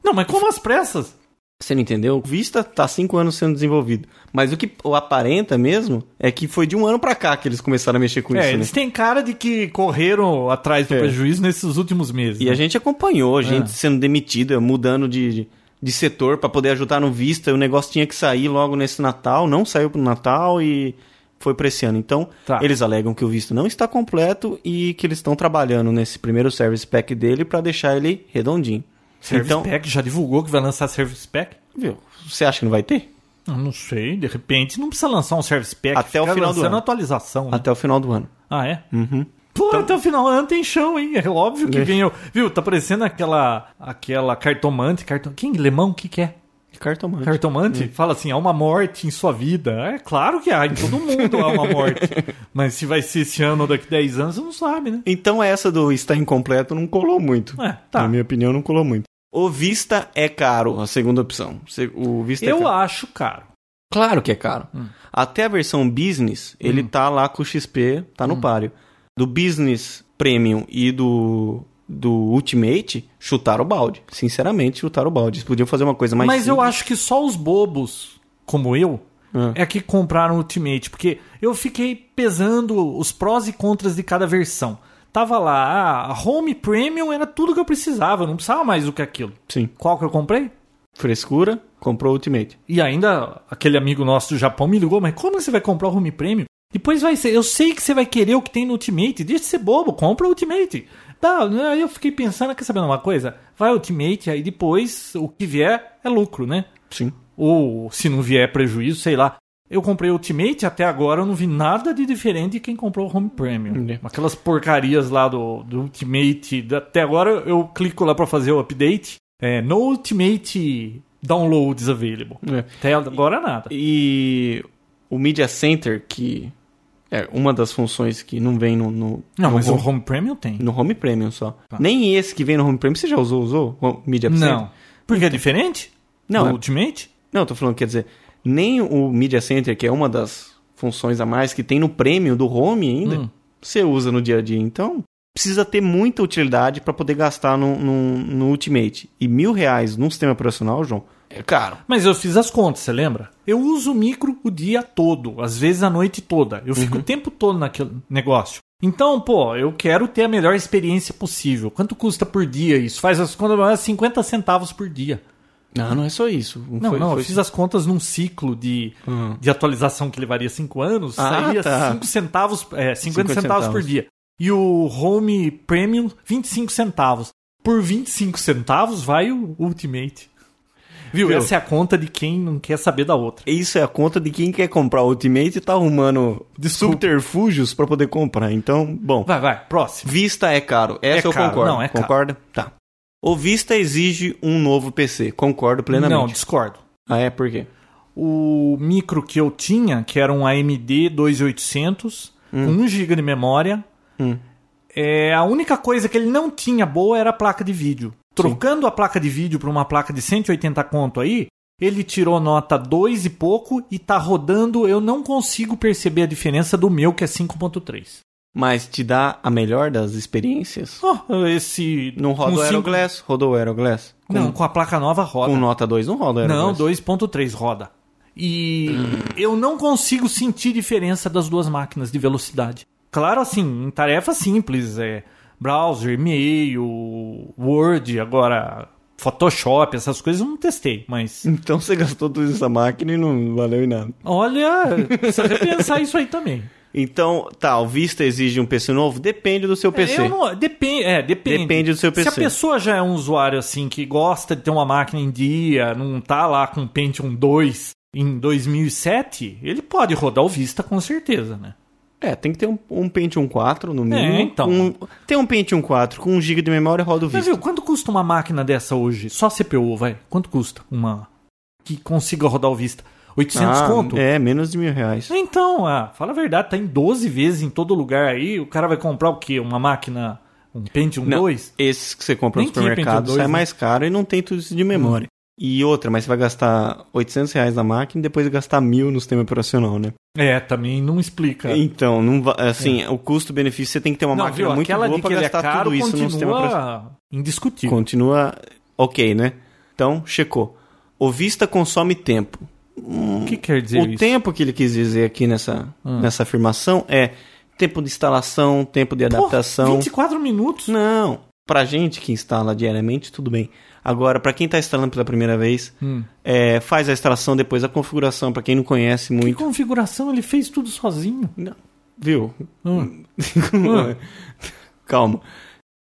Speaker 1: Não, mas como as pressas?
Speaker 3: Você não entendeu? O Vista tá há cinco anos sendo desenvolvido. Mas o que o aparenta mesmo é que foi de um ano pra cá que eles começaram a mexer com
Speaker 1: é,
Speaker 3: isso. né?
Speaker 1: eles têm cara de que correram atrás do
Speaker 3: É.
Speaker 1: prejuízo nesses últimos meses. né?
Speaker 3: E a gente acompanhou gente
Speaker 1: Ah.
Speaker 3: sendo demitida, mudando de, de, de setor para poder ajudar no Vista. O negócio tinha que sair logo nesse Natal, não saiu pro Natal e foi para esse ano. Então,
Speaker 1: Tá.
Speaker 3: eles alegam que o visto não está completo e que eles estão trabalhando nesse primeiro service pack dele para deixar ele redondinho.
Speaker 1: Service
Speaker 3: então,
Speaker 1: Pack já divulgou que vai lançar Service Pack?
Speaker 3: viu, você acha que não vai ter?
Speaker 1: Eu não sei, de repente não precisa lançar um Service Pack.
Speaker 3: Até o
Speaker 1: fica
Speaker 3: final do
Speaker 1: lançando
Speaker 3: ano.
Speaker 1: atualização. né?
Speaker 3: Até o final do ano.
Speaker 1: Ah, é? Pô, até o final do ano tem chão, hein? É óbvio que
Speaker 3: Uhum. Então- É.
Speaker 1: ganhou. Viu, tá parecendo aquela, aquela cartomante. Cartom... Quem? Lemão? O que, que é?
Speaker 3: Cartomante.
Speaker 1: Cartomante?
Speaker 3: Hum.
Speaker 1: Fala assim, há uma morte em sua vida. É claro que há, em todo mundo há uma morte. Mas se vai ser esse ano ou daqui 10 anos, você não sabe, né?
Speaker 3: Então essa do está incompleto não colou muito.
Speaker 1: É, tá.
Speaker 3: Na minha opinião, não colou muito. O Vista é caro, a segunda opção. Se- O Vista é
Speaker 1: Eu
Speaker 3: caro.
Speaker 1: acho caro.
Speaker 3: Claro que é caro. Até a versão business, ele
Speaker 1: Hum.
Speaker 3: tá lá com o XP, tá no páreo. Do business premium e do do ultimate, chutaram o balde. Sinceramente, chutaram o balde. Eles podiam fazer uma coisa mais
Speaker 1: Mas eu
Speaker 3: simples.
Speaker 1: acho que só os bobos, como eu,
Speaker 3: Ah.
Speaker 1: é que compraram o Ultimate. Porque eu fiquei pesando os prós e contras de cada versão. Tava lá, ah, a Home Premium era tudo que eu precisava, eu não precisava mais do que aquilo.
Speaker 3: Sim.
Speaker 1: Qual que eu comprei?
Speaker 3: Frescura, comprou o ultimate.
Speaker 1: E ainda aquele amigo nosso do Japão me ligou, mas como você vai comprar o Home Premium? Depois vai ser, eu sei que você vai querer o que tem no Ultimate, deixa de ser bobo, compra o Ultimate. Tá, né, aí eu fiquei pensando, quer saber uma coisa? Vai Ultimate, aí depois o que vier é lucro, né?
Speaker 3: Sim.
Speaker 1: Ou se não vier prejuízo, sei lá. Eu comprei o Ultimate, até agora eu não vi nada de diferente de quem comprou o Home Premium.
Speaker 3: É.
Speaker 1: Aquelas porcarias lá do, do Ultimate, da- até agora eu clico lá pra fazer o update, é, no Ultimate downloads available.
Speaker 3: É.
Speaker 1: Até agora nada.
Speaker 3: E o media center que é uma das funções que não vem no no,
Speaker 1: Não,
Speaker 3: no
Speaker 1: mas
Speaker 3: home,
Speaker 1: o Home Premium tem.
Speaker 3: no home premium só. Nem esse que vem no home premium você já usou, usou? O media center?
Speaker 1: Não. Porque é diferente?
Speaker 3: Não,
Speaker 1: Do
Speaker 3: é-
Speaker 1: Ultimate?
Speaker 3: Não, eu tô falando, quer dizer, nem o Media Center, que é uma das funções a mais que tem no prêmio do home ainda,
Speaker 1: Hum.
Speaker 3: você usa no dia a dia. Então, precisa ter muita utilidade para poder gastar no, no- no Ultimate. E mil reais num sistema operacional, João, é caro.
Speaker 1: Mas eu fiz as contas, você lembra? Eu uso o micro o dia todo, às vezes a noite toda. Eu
Speaker 3: Uhum.
Speaker 1: fico o tempo todo naquele negócio. Então, pô, eu quero ter a melhor experiência possível. Quanto custa por dia isso? Faz as contas, mas é 50 centavos por dia.
Speaker 3: Não, não é só isso.
Speaker 1: Ah, Não,
Speaker 3: foi-
Speaker 1: não,
Speaker 3: foi Uhum.
Speaker 1: eu fiz as contas num ciclo de, de atualização que levaria 5 anos,
Speaker 3: Ah,
Speaker 1: sairia
Speaker 3: tá.
Speaker 1: 5 centavos, é, 50,
Speaker 3: 50
Speaker 1: centavos por
Speaker 3: centavos.
Speaker 1: dia. E o Home Premium, 25 centavos. Por 25 centavos vai o Ultimate. Viu?
Speaker 3: Viu?
Speaker 1: Essa é a conta de quem não quer saber da outra.
Speaker 3: Isso é a conta de quem quer comprar o Ultimate e tá arrumando
Speaker 1: Desculpa.
Speaker 3: subterfúgios pra poder comprar. Então, bom.
Speaker 1: Vai, vai, próximo.
Speaker 3: Vista é caro.
Speaker 1: É
Speaker 3: Essa eu
Speaker 1: caro.
Speaker 3: concordo.
Speaker 1: Não, é caro.
Speaker 3: Concorda? Tá. O Vista exige um novo PC. Concordo
Speaker 1: Não,
Speaker 3: plenamente.
Speaker 1: discordo.
Speaker 3: Ah, é? Por quê?
Speaker 1: O micro que eu tinha, que era um AMD 2800, com 1 GB de memória,
Speaker 3: Hum.
Speaker 1: é, a única coisa que ele não tinha boa era a placa de vídeo. Trocando a placa de vídeo para uma placa de 180 conto aí, ele tirou nota 2 e pouco e tá rodando, eu não consigo perceber a diferença do meu que é 5.3.
Speaker 3: Mas te dá a melhor das experiências?
Speaker 1: Oh, esse
Speaker 3: Não roda
Speaker 1: com
Speaker 3: o
Speaker 1: cinco-
Speaker 3: Aeroglass? Rodou o Aeroglass? Com,
Speaker 1: Não, com a placa nova roda.
Speaker 3: com nota 2 não roda o
Speaker 1: Não,
Speaker 3: Aeroglass.
Speaker 1: 2.3 roda. E eu não consigo sentir diferença das duas máquinas de velocidade. Claro, assim, em tarefa simples, é browser, e-mail, Word, agora Photoshop, essas coisas eu não testei, mas
Speaker 3: Então você gastou tudo essa máquina e não valeu em nada.
Speaker 1: olha, precisa repensar isso aí também.
Speaker 3: Então, tá, o Vista exige um PC novo? Depende do seu PC.
Speaker 1: É, Eu não- depen- é, depende.
Speaker 3: Depende do seu
Speaker 1: Se a
Speaker 3: PC.
Speaker 1: pessoa já é um usuário assim que gosta de ter uma máquina em dia, não tá lá com Pentium 2 em 2007, ele pode rodar o Vista com certeza, né?
Speaker 3: É, tem que ter um, um Pentium 4 no mínimo.
Speaker 1: então.
Speaker 3: Um, tem um Pentium 4 com 1 GB de memória roda o
Speaker 1: Mas
Speaker 3: Vista.
Speaker 1: viu, quanto custa uma máquina dessa hoje? Só CPU, vai. Quanto custa uma que consiga rodar o Vista? 800
Speaker 3: Ah,
Speaker 1: conto?
Speaker 3: É, menos de mil reais.
Speaker 1: Então, ah, fala a verdade, tá em 12 vezes em todo lugar aí. O cara vai comprar o quê? Uma máquina, um Pentium
Speaker 3: Não,
Speaker 1: 2?
Speaker 3: Esses que você compra no
Speaker 1: Nem tinha Pentium
Speaker 3: supermercado
Speaker 1: 2,
Speaker 3: sai
Speaker 1: né? Hum.
Speaker 3: mais caro e não tem tudo isso de memória. E outra, mas você vai gastar 800 reais na máquina e depois gastar mil no sistema operacional, né?
Speaker 1: É, também não explica.
Speaker 3: Então, não va- assim, o custo-benefício, você tem que ter uma
Speaker 1: É. não,
Speaker 3: máquina
Speaker 1: viu,
Speaker 3: muito
Speaker 1: aquela
Speaker 3: boa
Speaker 1: de que
Speaker 3: pra
Speaker 1: ele é
Speaker 3: gastar
Speaker 1: caro
Speaker 3: tudo isso no sistema operacional.
Speaker 1: continua indiscutível.
Speaker 3: Continua ok, né? Então, checou. O Vista consome tempo.
Speaker 1: O que quer dizer
Speaker 3: o
Speaker 1: isso? Ah.
Speaker 3: tempo que ele quis dizer aqui nessa, nessa afirmação é tempo de instalação, tempo de
Speaker 1: Porra,
Speaker 3: adaptação.
Speaker 1: 24 minutos?
Speaker 3: Não. Pra gente que instala diariamente, tudo bem. Agora, pra quem tá instalando pela primeira vez,
Speaker 1: Hum.
Speaker 3: é, faz a instalação, depois a configuração, pra quem não conhece
Speaker 1: Que
Speaker 3: muito.
Speaker 1: configuração? Ele fez tudo sozinho.
Speaker 3: Não, Viu? é.
Speaker 1: Hum.
Speaker 3: Calma.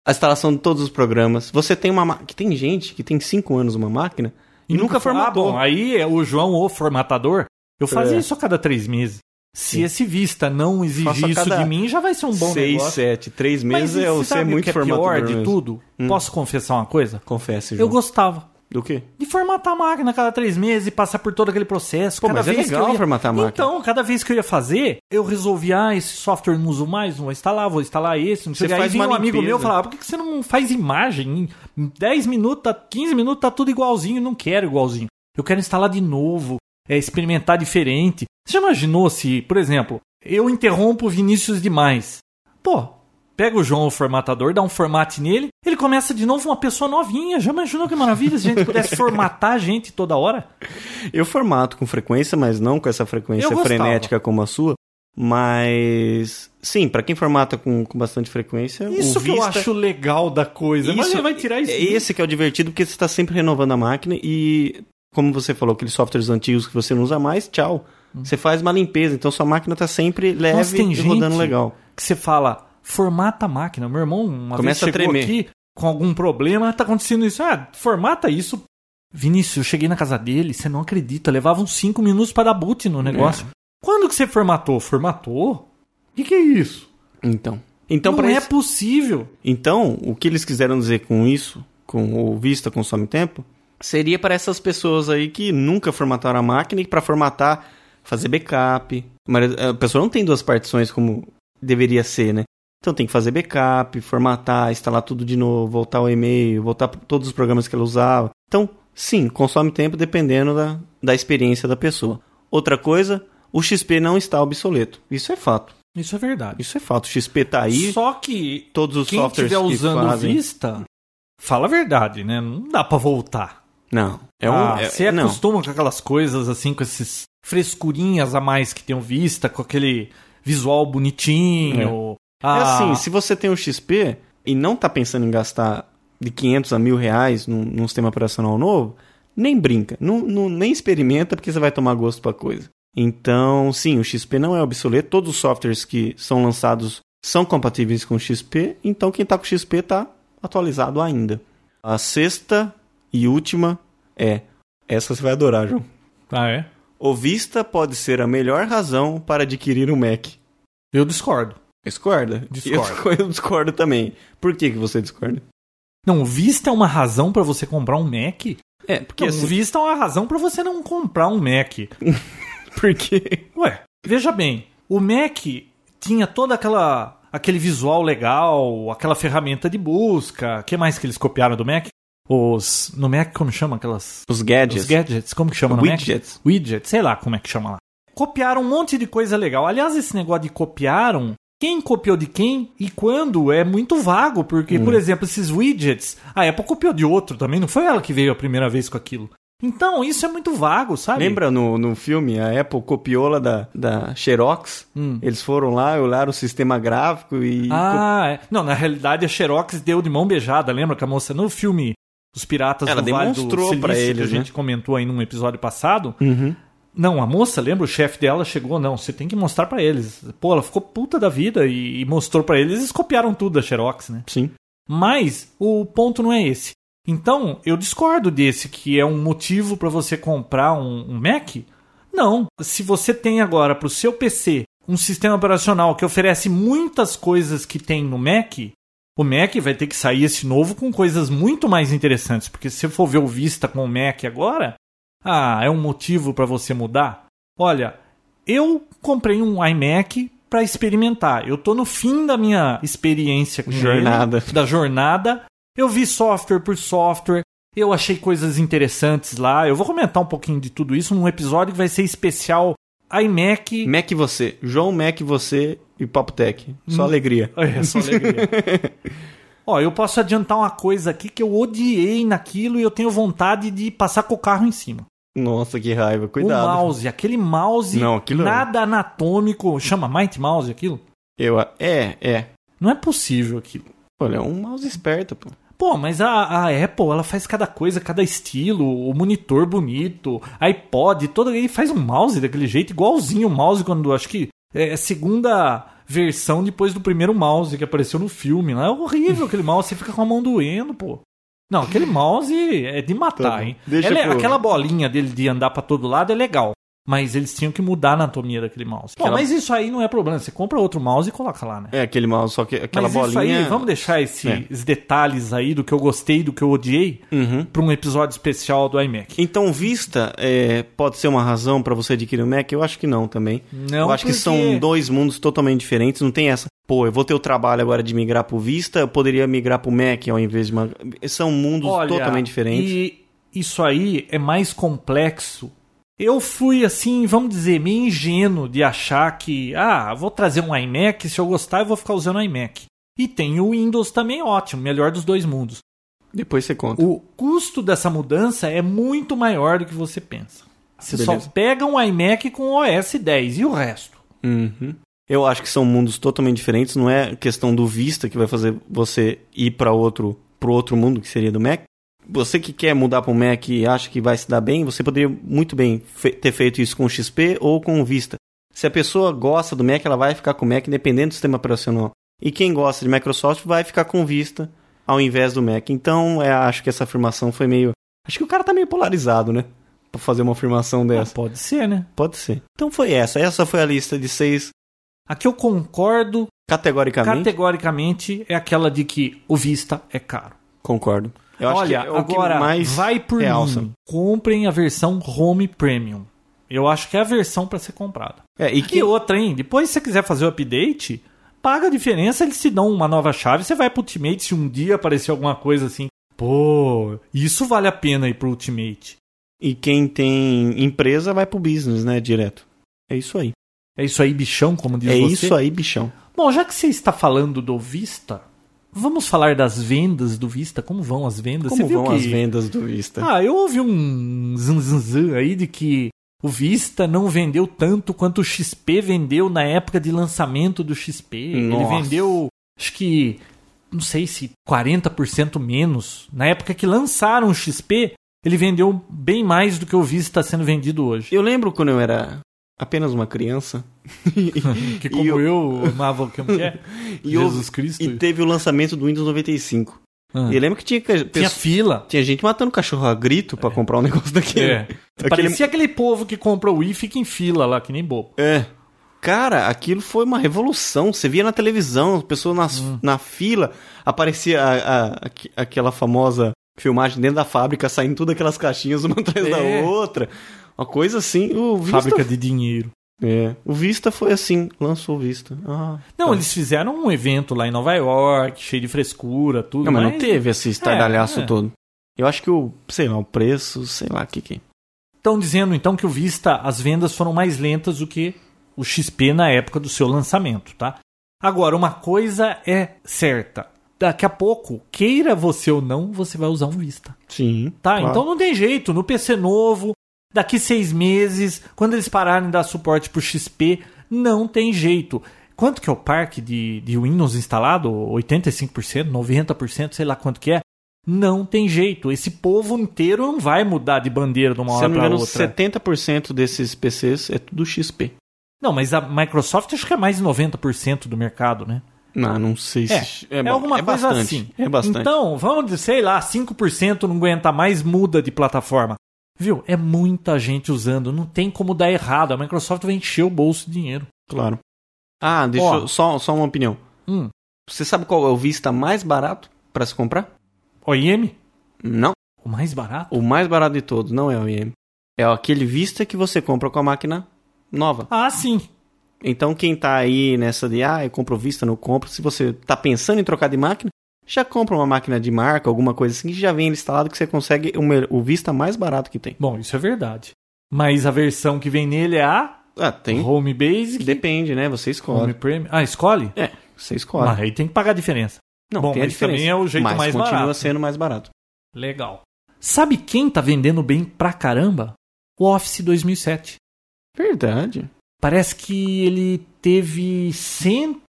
Speaker 3: A instalação de todos os programas. Você tem uma ma- que Tem gente que tem 5 anos uma máquina e, nunca,
Speaker 1: foi- Ah,
Speaker 3: formatou.
Speaker 1: bom, aí é o João, o formatador, eu fazia
Speaker 3: É.
Speaker 1: isso a cada três meses. Se
Speaker 3: Sim.
Speaker 1: esse Vista não
Speaker 3: Faço
Speaker 1: exigir
Speaker 3: a
Speaker 1: isso
Speaker 3: cada
Speaker 1: de mim, já vai ser um bom
Speaker 3: 6,
Speaker 1: negócio.
Speaker 3: 7, 3 meses é
Speaker 1: e
Speaker 3: o
Speaker 1: sabe
Speaker 3: ser
Speaker 1: o
Speaker 3: muito
Speaker 1: que é
Speaker 3: formatador.
Speaker 1: pior de
Speaker 3: mesmo. Hum.
Speaker 1: tudo? Posso confessar uma coisa?
Speaker 3: Confesse,
Speaker 1: Eu
Speaker 3: João.
Speaker 1: gostava
Speaker 3: Do quê?
Speaker 1: de formatar a máquina a cada três meses e passar por todo aquele processo.
Speaker 3: Pô,
Speaker 1: cada
Speaker 3: mas é
Speaker 1: vez que
Speaker 3: legal
Speaker 1: eu ia...
Speaker 3: formatar a máquina.
Speaker 1: Então, cada vez que eu ia fazer, eu resolvia, ah, esse software não uso mais, não vou instalar, vou instalar esse, não sei o
Speaker 3: Você
Speaker 1: que. Aí
Speaker 3: faz
Speaker 1: vinha
Speaker 3: uma
Speaker 1: um amigo
Speaker 3: limpeza.
Speaker 1: meu e falava, por que que você não faz imagem? Em 10 minutos, tá- 15 minutos, tá tudo igualzinho, não quero igualzinho. Eu quero instalar de novo, é, experimentar diferente. Você já imaginou se, por exemplo, eu interrompo o Vinícius demais? Pô, pega o João, o formatador, dá um formate nele, ele começa de novo uma pessoa novinha. Já imaginou que maravilha se a gente pudesse formatar a gente toda hora?
Speaker 3: Eu formato com frequência, mas não com essa frequência
Speaker 1: Eu gostava.
Speaker 3: frenética como a sua. Mas sim, pra quem formata com, com bastante frequência,
Speaker 1: Isso
Speaker 3: o
Speaker 1: que eu
Speaker 3: Vista-
Speaker 1: acho legal da coisa. Mas
Speaker 3: Isso-
Speaker 1: ele vai tirar isso.
Speaker 3: é Esse que é o divertido, porque você está sempre renovando a máquina e, como você falou, aqueles softwares antigos que você não usa mais, tchau. Você faz uma limpeza, então sua máquina está sempre leve
Speaker 1: Hum. Nossa, tem
Speaker 3: e
Speaker 1: gente
Speaker 3: rodando legal.
Speaker 1: que você fala, formata a máquina. Meu irmão, uma
Speaker 3: Começa a
Speaker 1: vez chegou
Speaker 3: tremer.
Speaker 1: aqui com algum problema, tá acontecendo isso. Ah, formata isso. Vinícius, eu cheguei na casa dele, você não acredita, levava uns 5 minutos pra dar boot no
Speaker 3: É.
Speaker 1: negócio. Quando que você formatou? Formatou? O que, que é isso?
Speaker 3: Então, então
Speaker 1: não
Speaker 3: para
Speaker 1: é possível.
Speaker 3: Então, o que eles quiseram dizer com isso, com o Vista consome tempo, seria para essas pessoas aí que nunca formataram a máquina e para formatar, fazer backup. Mas A pessoa não tem duas partições como deveria ser, né? Então tem que fazer backup, formatar, instalar tudo de novo, voltar o e-mail, voltar p- todos os programas que ela usava. Então, sim, consome tempo dependendo da, da experiência da pessoa. Outra coisa, o XP não está obsoleto. Isso é fato.
Speaker 1: Isso é verdade.
Speaker 3: Isso é fato. O XP está aí,
Speaker 1: Só que
Speaker 3: todos os
Speaker 1: quem
Speaker 3: softwares
Speaker 1: estiver
Speaker 3: que
Speaker 1: usando o
Speaker 3: fazem...
Speaker 1: Vista, fala a verdade, né? Não dá pra voltar.
Speaker 3: Não. É um.
Speaker 1: Ah,
Speaker 3: é-
Speaker 1: você
Speaker 3: não.
Speaker 1: acostuma com aquelas coisas assim, com esses frescurinhas a mais que tem o vista, com aquele visual bonitinho.
Speaker 3: É
Speaker 1: Ah,
Speaker 3: assim, se você tem um XP e não tá pensando em gastar de 500 a 1000 reais num, num sistema operacional novo, nem brinca. Não, não- nem experimenta porque você vai tomar gosto pra coisa. Então, sim, o XP não é obsoleto. Todos os softwares que são lançados são compatíveis com o XP. Então, quem tá com o XP tá atualizado ainda. A sexta e última é Essa você vai adorar, João.
Speaker 1: Ah, é?
Speaker 3: O Vista pode ser a melhor razão para adquirir um Mac.
Speaker 1: Eu discordo.
Speaker 3: Discorda?
Speaker 1: Discordo.
Speaker 3: Eu, eu discordo também. Por que, que você discorda?
Speaker 1: Não, o Vista é uma razão pra você comprar um Mac?
Speaker 3: É,
Speaker 1: Porque não, o Vista é uma razão pra você não comprar um Mac.
Speaker 3: Porque...
Speaker 1: Ué, veja bem, o Mac tinha toda aquela aquele visual legal, aquela ferramenta de busca. O que mais que eles copiaram do Mac? Os no Mac como chama aquelas
Speaker 3: Os gadgets.
Speaker 1: os gadgets, como que chama no Mac?
Speaker 3: Widgets.
Speaker 1: Widget, sei lá como é que chama lá. Copiaram um monte de coisa legal. Aliás, esse negócio de copiaram, quem copiou de quem e quando é muito vago, porque, por exemplo, esses widgets, a Apple copiou de outro também, não foi ela que veio a primeira vez com aquilo. Então, isso é muito vago, sabe?
Speaker 3: Lembra no, no filme, a Apple copiou lá da, da Xerox?
Speaker 1: Hum.
Speaker 3: Eles foram lá, olharam o sistema gráfico e...
Speaker 1: Ah, é. não, na realidade a Xerox deu de mão beijada, lembra que a moça no filme Os Piratas
Speaker 3: Ela
Speaker 1: do Vale do
Speaker 3: demonstrou
Speaker 1: Silício,
Speaker 3: pra eles, né? Uhum.
Speaker 1: que a gente comentou aí num episódio passado. Não, a moça, lembra, o chefe dela chegou, não, você tem que mostrar pra eles. Pô, ela ficou puta da vida e, e mostrou pra eles, eles copiaram tudo da Xerox, né?
Speaker 3: Sim.
Speaker 1: Mas o ponto não é esse. Então, eu discordo desse que é um motivo para você comprar um, um Mac. Não. Se você tem agora para o seu PC um sistema operacional que oferece muitas coisas que tem no Mac, o Mac vai ter que sair esse novo com coisas muito mais interessantes. Porque se você for ver o Vista com o Mac agora, ah, é um motivo para você mudar? Olha, eu comprei um iMac para experimentar. Eu tô no fim da minha experiência com ele,
Speaker 3: Jornada.
Speaker 1: da jornada. Eu vi software por software. Eu achei coisas interessantes lá. Eu vou comentar um pouquinho de tudo isso num episódio que vai ser especial iMac.
Speaker 3: Mac você. João Mac você e Papo Tech. Só alegria.
Speaker 1: É, só alegria. Ó, eu posso adiantar uma coisa aqui que eu odiei naquilo e eu tenho vontade de passar com o carro em cima.
Speaker 3: Nossa, que raiva. Cuidado.
Speaker 1: O mouse, aquele mouse
Speaker 3: Não, aquilo é-
Speaker 1: nada anatômico. Chama Might Mouse aquilo?
Speaker 3: Eu, é, é.
Speaker 1: Não é possível aquilo.
Speaker 3: Olha, é um mouse esperto, pô.
Speaker 1: Pô, mas a, a Apple, ela faz cada coisa, cada estilo, o monitor bonito, iPod, todo ele faz um mouse daquele jeito, igualzinho o mouse quando, acho que, é a segunda versão depois do primeiro mouse que apareceu no filme lá. É horrível aquele mouse, você fica com a mão doendo, pô. Não, aquele mouse é de
Speaker 3: Tá
Speaker 1: matar,
Speaker 3: bom.
Speaker 1: hein?
Speaker 3: Deixa
Speaker 1: Ele-
Speaker 3: pro-
Speaker 1: Aquela bolinha dele de andar pra todo lado é legal, mas eles tinham que mudar a anatomia daquele mouse. Bom,
Speaker 3: Aquela-
Speaker 1: mas isso aí não é problema, você compra outro mouse e coloca lá, né?
Speaker 3: É aquele mouse, só que aquela
Speaker 1: Mas
Speaker 3: bolinha.
Speaker 1: isso aí, vamos deixar esse-
Speaker 3: É.
Speaker 1: esses detalhes aí do que eu gostei, do que eu odiei,
Speaker 3: Uhum.
Speaker 1: para um episódio especial do iMac.
Speaker 3: Então, vista é, pode ser uma razão pra você adquirir um Mac? Eu acho que não também.
Speaker 1: Não,
Speaker 3: eu acho
Speaker 1: porque-
Speaker 3: que são dois mundos totalmente diferentes. Não tem essa. Pô, eu vou ter o trabalho agora de migrar pro Vista, eu poderia migrar pro Mac ao invés de. uma- São mundos totalmente diferentes.
Speaker 1: E isso aí é mais complexo. Eu fui assim, vamos dizer, meio ingênuo de achar que, ah, vou trazer um iMac, se eu gostar eu vou ficar usando o iMac. E tem o Windows também ótimo, melhor dos dois mundos.
Speaker 3: Depois você conta.
Speaker 1: O custo dessa mudança é muito maior do que você pensa. Você
Speaker 3: Beleza.
Speaker 1: só pega um iMac com OS 10 e o resto.
Speaker 3: Uhum. Eu acho que são mundos totalmente diferentes. Não é questão do Vista que vai fazer você ir para outro, pro outro mundo que seria do Mac. Você que quer mudar para o Mac e acha que vai se dar bem, você poderia muito bem fe- ter feito isso com o XP ou com o Vista. Se a pessoa gosta do Mac, ela vai ficar com o Mac, dependendo do sistema operacional. E quem gosta de Microsoft vai ficar com o Vista ao invés do Mac. Então, é, acho que essa afirmação foi meio. Acho que o cara tá meio polarizado, né? Pra fazer uma afirmação
Speaker 1: Ah,
Speaker 3: dessa.
Speaker 1: pode ser, né?
Speaker 3: Pode ser. Então foi essa. Essa foi a lista de seis
Speaker 1: A que eu concordo
Speaker 3: Categoricamente,
Speaker 1: categoricamente é aquela de que o Vista é caro.
Speaker 3: concordo. Eu acho
Speaker 1: Olha,
Speaker 3: que é o que
Speaker 1: agora
Speaker 3: mais é
Speaker 1: vai por
Speaker 3: realça.
Speaker 1: mim. Comprem a versão Home Premium. Eu acho que é a versão para ser comprada.
Speaker 3: É, e
Speaker 1: Que
Speaker 3: que
Speaker 1: outra, hein? Depois, se você quiser fazer o update, paga a diferença, eles te dão uma nova chave, você vai pro Ultimate se um dia aparecer alguma coisa assim. Pô, isso vale a pena ir pro Ultimate.
Speaker 3: e quem tem empresa vai pro business, né, direto. É isso aí.
Speaker 1: É isso aí, bichão, como diz
Speaker 3: é
Speaker 1: você.
Speaker 3: isso aí, bichão.
Speaker 1: Bom, já que você está falando do Vista, vamos falar das vendas do Vista. Como vão as vendas?
Speaker 3: Como
Speaker 1: você viu
Speaker 3: vão
Speaker 1: que...
Speaker 3: as vendas do Vista?
Speaker 1: Ah, eu ouvi um zum, zum, zum aí de que o Vista não vendeu tanto quanto o XP vendeu na época de lançamento do XP.
Speaker 3: Nossa.
Speaker 1: Ele vendeu, acho que, não sei se 40% menos. Na época que lançaram o XP, ele vendeu bem mais do que o Vista está sendo vendido hoje.
Speaker 3: Ah, Eu lembro quando eu era apenas uma criança.
Speaker 1: Que
Speaker 3: e
Speaker 1: como eu, amava o que é?
Speaker 3: E,
Speaker 1: Jesus
Speaker 3: houve-
Speaker 1: Cristo.
Speaker 3: e teve o lançamento do Windows 95.
Speaker 1: Ah.
Speaker 3: E eu lembro que tinha, que-
Speaker 1: Tinha
Speaker 3: pesso-
Speaker 1: fila.
Speaker 3: tinha gente matando cachorro a grito pra comprar um negócio daquele.
Speaker 1: É. Parecia aquele povo que compra o Wii e fica em fila lá, que nem bobo.
Speaker 3: É. Cara, aquilo foi uma revolução. Você via na televisão, as pessoas nas- na fila, aparecia a- a- aque- aquela famosa filmagem dentro da fábrica, saindo todas aquelas caixinhas uma atrás da
Speaker 1: É.
Speaker 3: outra. Uma coisa assim. O Vista,
Speaker 1: Fábrica de dinheiro.
Speaker 3: É. O Vista foi assim, lançou o Vista. Ah,
Speaker 1: Não, eles fizeram um evento lá em Nova York, cheio de frescura, tudo.
Speaker 3: não, mas não teve esse estardalhaço
Speaker 1: é.
Speaker 3: todo. Eu acho que o, sei lá, o preço, sei lá, o que que...
Speaker 1: Estão dizendo então que o Vista, as vendas foram mais lentas do que o XP na época do seu lançamento, tá? Agora, uma coisa é certa. Daqui a pouco, queira você ou não, você vai usar um Vista.
Speaker 3: Sim.
Speaker 1: Tá?
Speaker 3: claro.
Speaker 1: Então não tem jeito. No PC novo, daqui seis meses, quando eles pararem de dar suporte pro XP, não tem jeito. Quanto que é o parque de, de Windows instalado? 85%, 90%, sei lá quanto que é. Não tem jeito. Esse povo inteiro não vai mudar de bandeira de uma
Speaker 3: Se eu
Speaker 1: hora
Speaker 3: não me
Speaker 1: para
Speaker 3: engano,
Speaker 1: outra.
Speaker 3: 70% desses PCs é tudo XP.
Speaker 1: Não, mas a Microsoft acho que é mais de 90% do mercado, né?
Speaker 3: Não, Ah, não sei
Speaker 1: É,
Speaker 3: se...
Speaker 1: é,
Speaker 3: bom,
Speaker 1: alguma
Speaker 3: é
Speaker 1: coisa
Speaker 3: bastante,
Speaker 1: assim.
Speaker 3: É bastante.
Speaker 1: Então, vamos dizer, sei lá, 5% não aguenta mais, muda de plataforma. Viu? É muita gente usando, não tem como dar errado. A Microsoft vai encher o bolso de dinheiro.
Speaker 3: Claro. Ah, deixa
Speaker 1: Ó.
Speaker 3: eu, só, só uma opinião.
Speaker 1: Hum.
Speaker 3: Você sabe qual é o Vista mais barato pra se comprar?
Speaker 1: OIM,
Speaker 3: Não.
Speaker 1: o mais barato?
Speaker 3: O mais barato de todos não é o IM. É aquele Vista que você compra com a máquina nova.
Speaker 1: Ah, sim.
Speaker 3: Então quem tá aí nessa de, ah, eu compro Vista, não compro. Se você tá pensando em trocar de máquina, já compra uma máquina de marca, alguma coisa assim, que já vem ele instalado que você consegue o, mel- o Vista mais barato que tem.
Speaker 1: Bom, isso é verdade. Mas a versão que vem nele é a
Speaker 3: Ah, tem.
Speaker 1: Home Basic,
Speaker 3: Depende, né? Você escolhe.
Speaker 1: Home Premium. Ah, escolhe?
Speaker 3: É, você escolhe.
Speaker 1: Mas aí tem que pagar a diferença.
Speaker 3: não,
Speaker 1: bom,
Speaker 3: tem a
Speaker 1: mas também
Speaker 3: diferença.
Speaker 1: é o jeito
Speaker 3: mas
Speaker 1: mais
Speaker 3: continua
Speaker 1: barato.
Speaker 3: sendo mais barato.
Speaker 1: Legal. Sabe quem tá vendendo bem pra caramba? O Office 2007.
Speaker 3: Verdade.
Speaker 1: Parece que ele teve cento.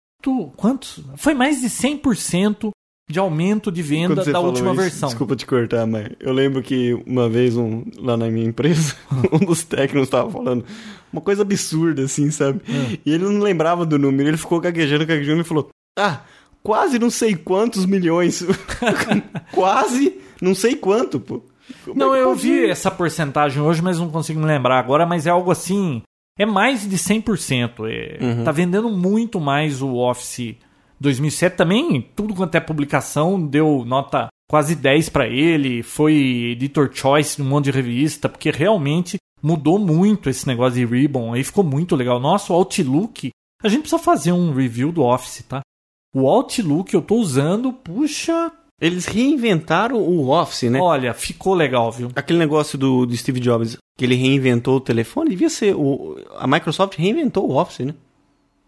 Speaker 1: Quantos? Foi mais de 100% de aumento de venda
Speaker 3: Quando você
Speaker 1: da
Speaker 3: falou
Speaker 1: última
Speaker 3: isso,
Speaker 1: versão.
Speaker 3: Desculpa te cortar, mas eu lembro que uma vez um, lá na minha empresa, um dos técnicos estava falando uma coisa absurda, assim, sabe?
Speaker 1: Ah.
Speaker 3: E ele não lembrava do número, ele ficou gaguejando, gaguejando e falou: Ah, quase não sei quantos milhões. quase não sei quanto, pô. Como
Speaker 1: Não,
Speaker 3: é que
Speaker 1: eu
Speaker 3: pode
Speaker 1: vi
Speaker 3: ser?
Speaker 1: essa porcentagem hoje, mas não consigo me lembrar agora, mas é algo assim. É mais de 100%. É,
Speaker 3: Uhum.
Speaker 1: Tá vendendo muito mais o Office 2007 também. Tudo quanto é publicação deu nota quase 10 para ele. Foi editor choice num monte de revista, porque realmente mudou muito esse negócio de Ribbon. Aí ficou muito legal. Nosso Outlook, a gente precisa fazer um review do Office, tá? O Outlook eu tô usando, puxa,
Speaker 3: Eles reinventaram o Office, né?
Speaker 1: olha, ficou legal, viu?
Speaker 3: Aquele negócio do, do Steve Jobs, que ele reinventou o telefone, devia ser. O, a Microsoft reinventou o Office, né?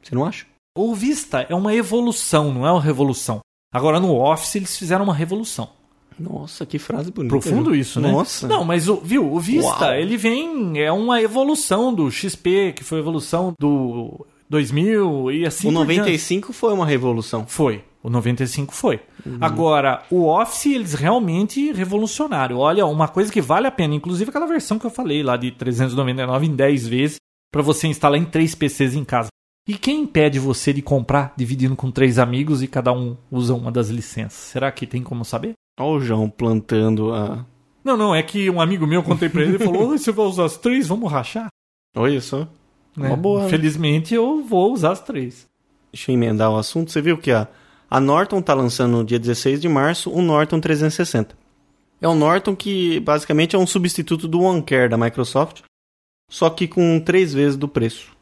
Speaker 3: Você não acha?
Speaker 1: O Vista é uma evolução, não é uma revolução. Agora, no Office, eles fizeram uma revolução.
Speaker 3: Nossa, que frase bonita.
Speaker 1: Profundo
Speaker 3: viu?
Speaker 1: isso, né?
Speaker 3: Nossa.
Speaker 1: Não, mas, o, viu, o Vista,
Speaker 3: Uau.
Speaker 1: ele vem... É uma evolução do XP, que foi a evolução do 2000 e assim
Speaker 3: o
Speaker 1: por diante.
Speaker 3: 95 foi uma revolução.
Speaker 1: Foi. O 95 foi. Agora, o Office, eles realmente revolucionaram. Olha, uma coisa que vale a pena, inclusive aquela versão que eu falei lá de 399 em 10 vezes, para você instalar em 3 PCs em casa. E quem impede você de comprar dividindo com três amigos e cada um usa uma das licenças? Será que tem como saber?
Speaker 3: Olha o João plantando a.
Speaker 1: Não, não, é que um amigo meu eu contei pra ele e falou: "Oi, você vai usar as três? Vamos rachar?
Speaker 3: Olha só.
Speaker 1: Né?
Speaker 3: Uma boa, né?
Speaker 1: Felizmente eu vou usar as três.
Speaker 3: Deixa eu emendar o assunto. Você viu que a, a Norton tá lançando no dia 16 de março o Norton 360. É um Norton que basicamente é um substituto do OneCare da Microsoft, só que com três vezes do preço.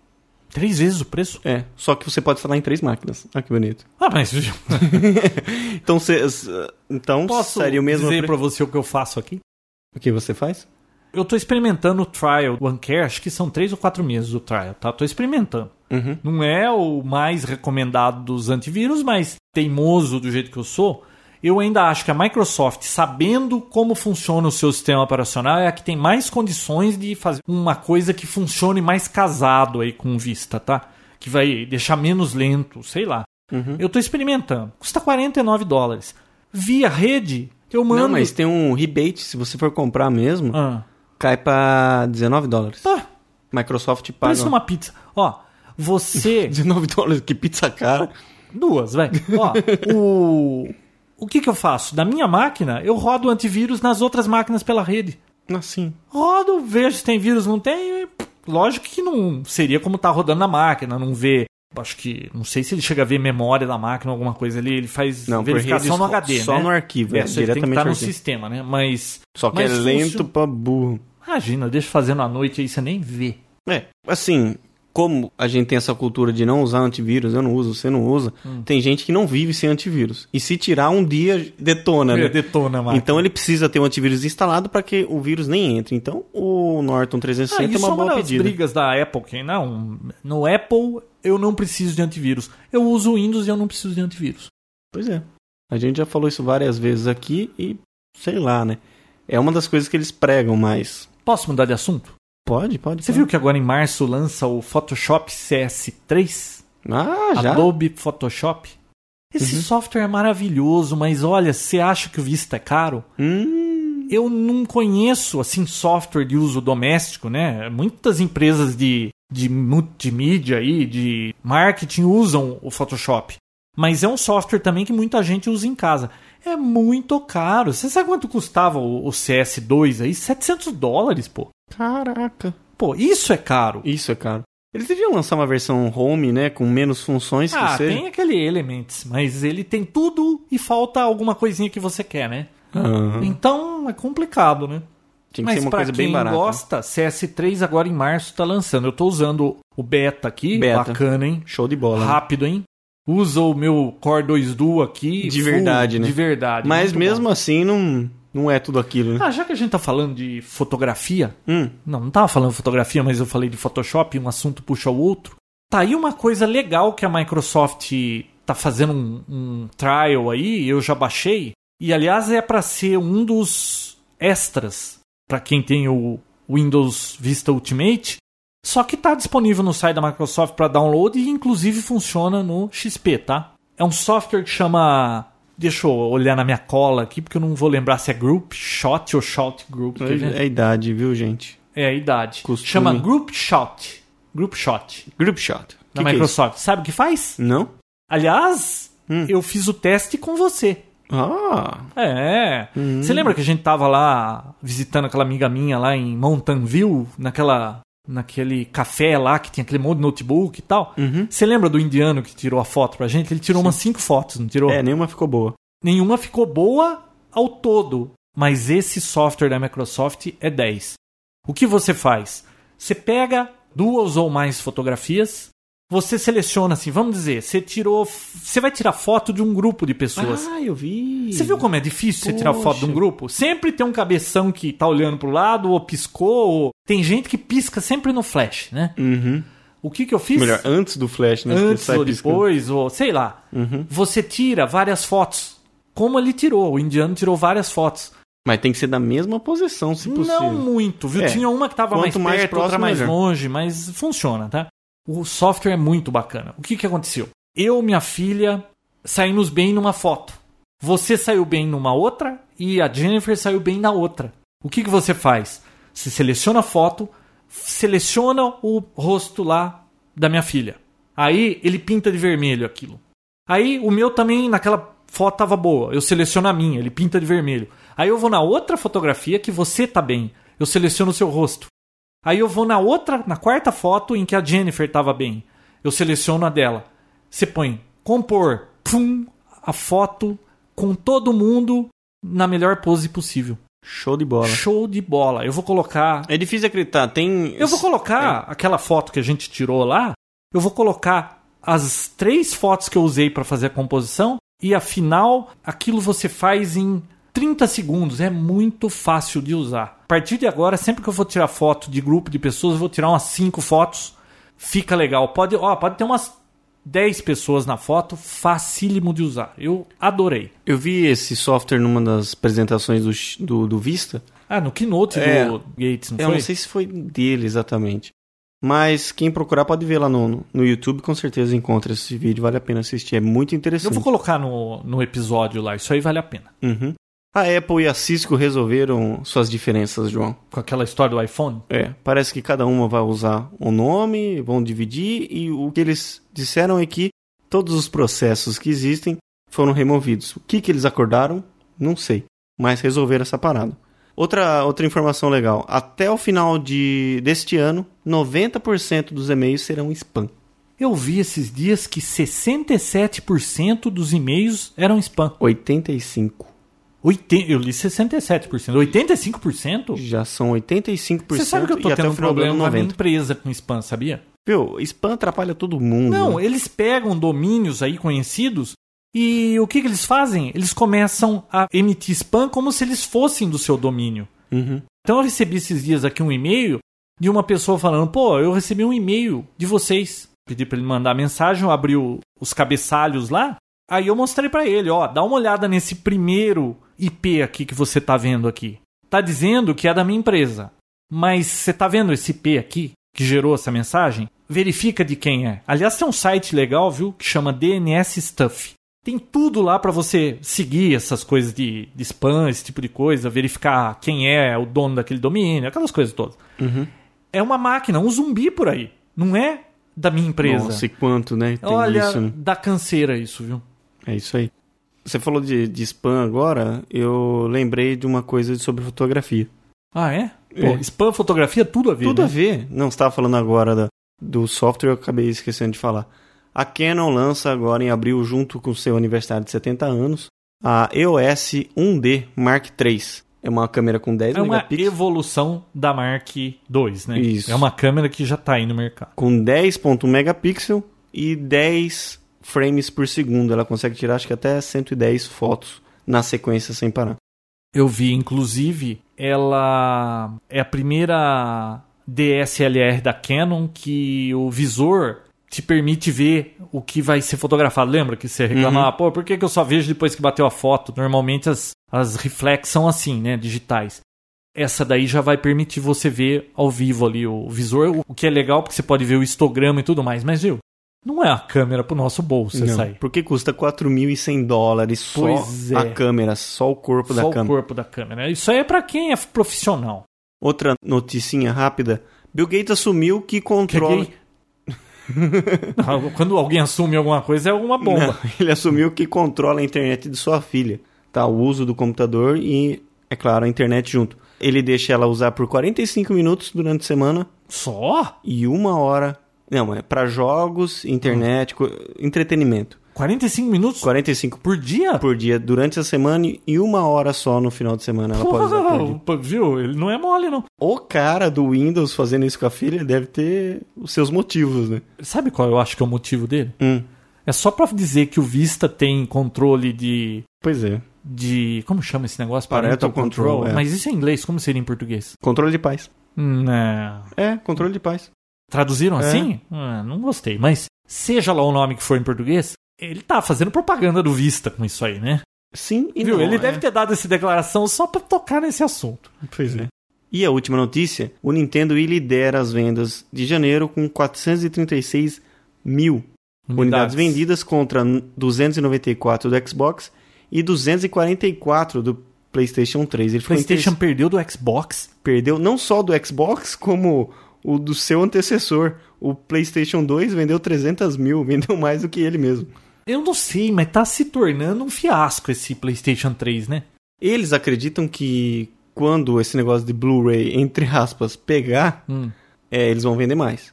Speaker 1: Três vezes o preço?
Speaker 3: É, só que você pode instalar em três máquinas. Ah, que bonito.
Speaker 1: Ah, mas
Speaker 3: Então, você, então
Speaker 1: posso
Speaker 3: seria o mesmo
Speaker 1: dizer
Speaker 3: pre-
Speaker 1: pra você o que eu faço aqui?
Speaker 3: O que você faz?
Speaker 1: Eu tô experimentando o trial do OneCare, acho que são três ou quatro meses o trial, tá? Tô experimentando.
Speaker 3: Uhum.
Speaker 1: Não é o mais recomendado dos antivírus, mas teimoso do jeito que eu sou, eu ainda acho que a Microsoft, sabendo como funciona o seu sistema operacional, é a que tem mais condições de fazer uma coisa que funcione mais casado aí com o Vista, tá? Que vai deixar menos lento, sei lá.
Speaker 3: Uhum.
Speaker 1: Eu tô experimentando. Custa 49 dólares. Via rede, eu mando.
Speaker 3: Não, mas tem um rebate, se você for comprar mesmo,
Speaker 1: Ah,
Speaker 3: cai pra 19 dólares.
Speaker 1: tá.
Speaker 3: Microsoft paga.
Speaker 1: Preço de uma pizza. Ó, você.
Speaker 3: 19 dólares, que pizza cara.
Speaker 1: Duas, vai. Ó, o. o que, que eu faço? Da minha máquina, eu rodo o antivírus nas outras máquinas pela rede.
Speaker 3: Assim.
Speaker 1: Rodo, vejo se tem vírus, não tem. e, pff, Lógico que não seria como tá rodando na máquina, não vê. Acho que. Não sei se ele chega a ver memória da máquina, alguma coisa ali. Ele faz
Speaker 3: Não, por
Speaker 1: verificação
Speaker 3: rede
Speaker 1: no
Speaker 3: só-
Speaker 1: HD.
Speaker 3: só
Speaker 1: né?
Speaker 3: no arquivo,
Speaker 1: é,
Speaker 3: é,
Speaker 1: só ele tem que
Speaker 3: diretamente
Speaker 1: estar
Speaker 3: no
Speaker 1: no
Speaker 3: arquivo.
Speaker 1: sistema, né? Mas.
Speaker 3: Só que
Speaker 1: mas
Speaker 3: é
Speaker 1: funcio-
Speaker 3: lento pra burro.
Speaker 1: Imagina, deixa fazendo à noite aí, você nem vê.
Speaker 3: É, assim, como a gente tem essa cultura de não usar antivírus, eu não uso, você não usa,
Speaker 1: Hum.
Speaker 3: tem gente que não vive sem antivírus. E se tirar um dia,
Speaker 1: Um
Speaker 3: detona, né?
Speaker 1: Detona, mano.
Speaker 3: Então ele precisa ter um antivírus instalado para que o vírus nem entre. Então o Norton
Speaker 1: Ah,
Speaker 3: 360
Speaker 1: isso
Speaker 3: é
Speaker 1: é
Speaker 3: uma
Speaker 1: uma
Speaker 3: boa
Speaker 1: das
Speaker 3: pedida.
Speaker 1: brigas da Apple. Que não, no Apple eu não preciso de antivírus. Eu uso o Windows e eu não preciso de antivírus.
Speaker 3: Pois é. A gente já falou isso várias vezes aqui e sei lá, né? É uma das coisas que eles pregam mais.
Speaker 1: Posso mudar de assunto?
Speaker 3: Pode, pode.
Speaker 1: Você viu que agora em março lança o Photoshop CS3?
Speaker 3: Ah, já?
Speaker 1: Adobe Photoshop? Esse
Speaker 3: Uhum.
Speaker 1: software é maravilhoso, mas olha, você acha que o Vista é caro?
Speaker 3: Hum,
Speaker 1: eu não conheço assim software de uso doméstico, né? Muitas empresas de, de multimídia aí, de marketing usam o Photoshop. Mas é um software também que muita gente usa em casa. É muito caro. Você sabe quanto custava o, o CS2 aí? 700 dólares, pô.
Speaker 3: caraca.
Speaker 1: Pô, isso é caro.
Speaker 3: Isso é caro. Eles deviam lançar uma versão home, né? Com menos funções que
Speaker 1: Ah,
Speaker 3: seja.
Speaker 1: tem aquele Elements, mas ele tem tudo e falta alguma coisinha que você quer, né?
Speaker 3: Aham.
Speaker 1: Então é complicado, né?
Speaker 3: Tinha que
Speaker 1: Mas
Speaker 3: ser uma
Speaker 1: pra
Speaker 3: coisa
Speaker 1: quem
Speaker 3: bem barata.
Speaker 1: gosta, CS3 agora em março tá lançando. Eu tô usando o beta aqui,
Speaker 3: Beta.
Speaker 1: bacana, hein?
Speaker 3: Show de bola. né?
Speaker 1: Rápido, hein? Usa o meu Core 2 Duo aqui.
Speaker 3: De verdade, né?
Speaker 1: De verdade.
Speaker 3: Mas
Speaker 1: muito
Speaker 3: mesmo
Speaker 1: bom.
Speaker 3: assim, não, não é tudo aquilo, né?
Speaker 1: Ah, já que a gente tá falando de fotografia,
Speaker 3: Hum,
Speaker 1: não, não tava falando fotografia, mas eu falei de Photoshop, um assunto puxa o outro. Tá aí uma coisa legal que a Microsoft tá fazendo um, um trial aí, eu já baixei. E aliás é para ser um dos extras para quem tem o Windows Vista Ultimate. Só que tá disponível no site da Microsoft para download e inclusive funciona no XP, tá? É um software que chama. Deixa eu olhar na minha cola aqui, porque eu não vou lembrar se é Group Shot ou Shot Group. quer ver?
Speaker 3: é a idade, viu, gente?
Speaker 1: É a idade.
Speaker 3: Costume.
Speaker 1: Chama Group Shot. Group Shot.
Speaker 3: Group Shot.
Speaker 1: Da
Speaker 3: Que que é isso?
Speaker 1: Microsoft. Sabe o que faz?
Speaker 3: não?
Speaker 1: Aliás,
Speaker 3: Hum.
Speaker 1: eu fiz o teste com você.
Speaker 3: Ah,
Speaker 1: É. Você lembra que a gente tava lá visitando aquela amiga minha lá em Mountain View, naquela, naquele café lá que tinha aquele monte de notebook e tal?
Speaker 3: Uhum.
Speaker 1: Você lembra do indiano que tirou a foto pra gente? Ele tirou umas cinco fotos, não tirou?
Speaker 3: é, nenhuma ficou boa.
Speaker 1: Nenhuma ficou boa ao todo, mas esse software da Microsoft é 10. O que você faz? Você pega duas ou mais fotografias, você seleciona assim, vamos dizer, você tirou, você vai tirar foto de um grupo de pessoas.
Speaker 3: Ah, eu vi.
Speaker 1: Você viu como é difícil você tirar foto de um
Speaker 3: Poxa.
Speaker 1: grupo? Sempre tem um cabeção que tá olhando pro lado, ou piscou, ou... tem gente que pisca sempre no flash, né?
Speaker 3: Uhum.
Speaker 1: O que que eu fiz?
Speaker 3: Melhor, antes do flash, né?
Speaker 1: antes
Speaker 3: Você sai
Speaker 1: ou
Speaker 3: piscando.
Speaker 1: depois, ou sei lá.
Speaker 3: Uhum.
Speaker 1: Você tira várias fotos. Como ele tirou, o indiano tirou várias fotos.
Speaker 3: Mas tem que ser da mesma posição, se possível.
Speaker 1: Não muito, viu?
Speaker 3: É.
Speaker 1: Tinha uma que tava mais
Speaker 3: Quanto mais
Speaker 1: perto, outra
Speaker 3: próximo,
Speaker 1: mais
Speaker 3: melhor.
Speaker 1: longe, mas funciona, tá? O software é muito bacana. O que que aconteceu? Eu, minha filha, saímos bem numa foto. Você saiu bem numa outra e a Jennifer saiu bem na outra. O que que você faz? Você seleciona a foto, seleciona o rosto lá da minha filha. Aí ele pinta de vermelho aquilo. Aí o meu também, naquela foto, tava boa. Eu seleciono a minha, ele pinta de vermelho. Aí eu vou na outra fotografia que você tá bem. Eu seleciono o seu rosto. Aí eu vou na outra, na quarta foto em que a Jennifer tava bem. Eu seleciono a dela. Você põe compor, pum, a foto com todo mundo na melhor pose possível.
Speaker 3: Show de bola.
Speaker 1: Show de bola. Eu vou colocar
Speaker 3: É difícil acreditar. Tem.
Speaker 1: eu vou
Speaker 3: é.
Speaker 1: colocar aquela foto que a gente tirou lá, eu vou colocar as três fotos que eu usei para fazer a composição e afinal aquilo você faz em 30 segundos, é muito fácil de usar. A partir de agora, sempre que eu for tirar foto de grupo de pessoas, eu vou tirar umas 5 fotos, fica legal. Pode, ó, pode ter umas 10 pessoas na foto, facílimo de usar. Eu adorei.
Speaker 3: Eu vi esse software numa das apresentações do, X- do, do Vista.
Speaker 1: Ah, no Keynote
Speaker 3: É.
Speaker 1: do Gates, não
Speaker 3: Eu
Speaker 1: foi?
Speaker 3: não sei se foi dele exatamente. Mas quem procurar pode ver lá no, no YouTube, com certeza encontra esse vídeo, vale a pena assistir, é muito
Speaker 1: Eu
Speaker 3: interessante.
Speaker 1: vou colocar no, no episódio lá, isso aí vale a pena.
Speaker 3: Uhum. A Apple e a Cisco resolveram suas diferenças, João.
Speaker 1: Com aquela história do iPhone.
Speaker 3: É, parece que cada uma vai usar um nome, vão dividir, e o que eles disseram é que todos os processos que existem foram removidos. O que, que eles acordaram? Não sei. Mas resolveram essa parada. Outra, outra informação legal. Até o final de, deste ano, 90% dos e-mails serão spam.
Speaker 1: Eu vi esses dias que 67% dos e-mails eram spam.
Speaker 3: 85%.
Speaker 1: Oiten- Eu li 67%. 85%?
Speaker 3: Já são 85%
Speaker 1: Você sabe que eu
Speaker 3: e
Speaker 1: tô
Speaker 3: até
Speaker 1: tendo
Speaker 3: o
Speaker 1: um
Speaker 3: final do
Speaker 1: problema
Speaker 3: ano,
Speaker 1: na minha
Speaker 3: 90%.
Speaker 1: empresa com spam, sabia?
Speaker 3: Viu? Spam atrapalha todo mundo.
Speaker 1: Não,
Speaker 3: né?
Speaker 1: eles pegam domínios aí conhecidos e o que, que eles fazem? Eles começam a emitir spam como se eles fossem do seu domínio.
Speaker 3: Uhum.
Speaker 1: Então eu recebi esses dias aqui um e-mail de uma pessoa falando: pô, eu recebi um e-mail de vocês. Pedi pra ele mandar mensagem, eu abri o- os cabeçalhos lá. Aí eu mostrei pra ele: ó, dá uma olhada nesse primeiro IP aqui que você tá vendo aqui. Tá dizendo que é da minha empresa. Mas você tá vendo esse IP aqui que gerou essa mensagem? Verifica de quem é. Aliás, tem um site legal, viu, que chama DNS Stuff. Tem tudo lá pra você seguir essas coisas de, de spam, esse tipo de coisa, verificar quem é o dono daquele domínio, aquelas coisas todas.
Speaker 3: Uhum.
Speaker 1: É uma máquina, um zumbi por aí. Não é da minha empresa.
Speaker 3: Nossa, e quanto, né? Tem
Speaker 1: Olha,
Speaker 3: isso, né?
Speaker 1: dá canseira isso, viu?
Speaker 3: É isso aí. Você falou de, de spam agora, eu lembrei de uma coisa sobre fotografia.
Speaker 1: Ah, é? Pô,
Speaker 3: É.
Speaker 1: spam, fotografia, tudo a ver.
Speaker 3: Tudo
Speaker 1: né?
Speaker 3: a ver. Não, você estava falando agora da- do software, eu acabei esquecendo de falar. A Canon lança agora em abril, junto com seu aniversário de 70 anos, a EOS 1D Mark III. É uma câmera com 10
Speaker 1: É uma
Speaker 3: megapixels.
Speaker 1: evolução da Mark II, né?
Speaker 3: Isso.
Speaker 1: É uma câmera que já tá aí no mercado.
Speaker 3: com 10.1 megapixel e 10 frames por segundo. Ela consegue tirar acho que até 110 fotos na sequência sem parar.
Speaker 1: Eu vi, inclusive, ela é a primeira DSLR da Canon que o visor te permite ver o que vai ser fotografado. Lembra que você reclamava,
Speaker 3: Uhum.
Speaker 1: pô, por que, que eu só vejo depois que bateu a foto? Normalmente as, as reflex são assim, né, digitais. Essa daí já vai permitir você ver ao vivo ali o visor, o que é legal porque você pode ver o histograma e tudo mais. Mas, viu, não é a câmera pro nosso bolso
Speaker 3: Não,
Speaker 1: essa aí.
Speaker 3: Porque custa 4.100 dólares só
Speaker 1: Pois é.
Speaker 3: a câmera, só o corpo da
Speaker 1: Só o
Speaker 3: câmera.
Speaker 1: corpo da câmera. Isso aí é pra quem é profissional.
Speaker 3: Outra noticinha rápida. Bill Gates assumiu que
Speaker 1: Que é
Speaker 3: controla.
Speaker 1: gay? Não, quando alguém assume alguma coisa, é alguma bomba.
Speaker 3: Não, ele assumiu que controla a internet de sua filha, tá? O uso do computador e, é claro, a internet junto. Ele deixa ela usar por 45 minutos durante a semana
Speaker 1: Só?
Speaker 3: e uma hora. Não, é para jogos, internet, co- entretenimento.
Speaker 1: 45 minutos
Speaker 3: 45
Speaker 1: por dia?
Speaker 3: por dia durante a semana e uma hora só no final de semana. Ela pode usar por dia.
Speaker 1: Pô, viu? Ele não é mole, não.
Speaker 3: O cara do Windows fazendo isso com a filha deve ter os seus motivos, né?
Speaker 1: Sabe qual eu acho que é o motivo dele?
Speaker 3: Hum,
Speaker 1: É só pra dizer que o Vista tem controle de.
Speaker 3: pois é.
Speaker 1: de como chama esse negócio?
Speaker 3: Parental control, é.
Speaker 1: Mas isso é em inglês, como seria em português?
Speaker 3: Controle de paz.
Speaker 1: Não.
Speaker 3: É, controle de paz.
Speaker 1: Traduziram
Speaker 3: É.
Speaker 1: assim? Ah, não gostei. Mas, seja lá o nome que for em português, ele tá fazendo propaganda do Vista com isso aí, né?
Speaker 3: Sim e
Speaker 1: Viu?
Speaker 3: não,
Speaker 1: Ele
Speaker 3: é.
Speaker 1: deve ter dado essa declaração só pra tocar nesse assunto.
Speaker 3: Pois é. E a última notícia, o Nintendo Wii lidera as vendas de janeiro com 436 mil unidades vendidas contra 294 do Xbox e 244 do PlayStation 3. Ele
Speaker 1: O
Speaker 3: ficou em
Speaker 1: PlayStation
Speaker 3: terceiro-
Speaker 1: perdeu do Xbox?
Speaker 3: perdeu não só do Xbox, como o do seu antecessor. O PlayStation 2 vendeu 300 mil, vendeu mais do que ele mesmo.
Speaker 1: Eu não sei, mas tá se tornando um fiasco esse PlayStation 3, né?
Speaker 3: Eles acreditam que quando esse negócio de Blu-ray, entre aspas, pegar, é, eles vão vender mais.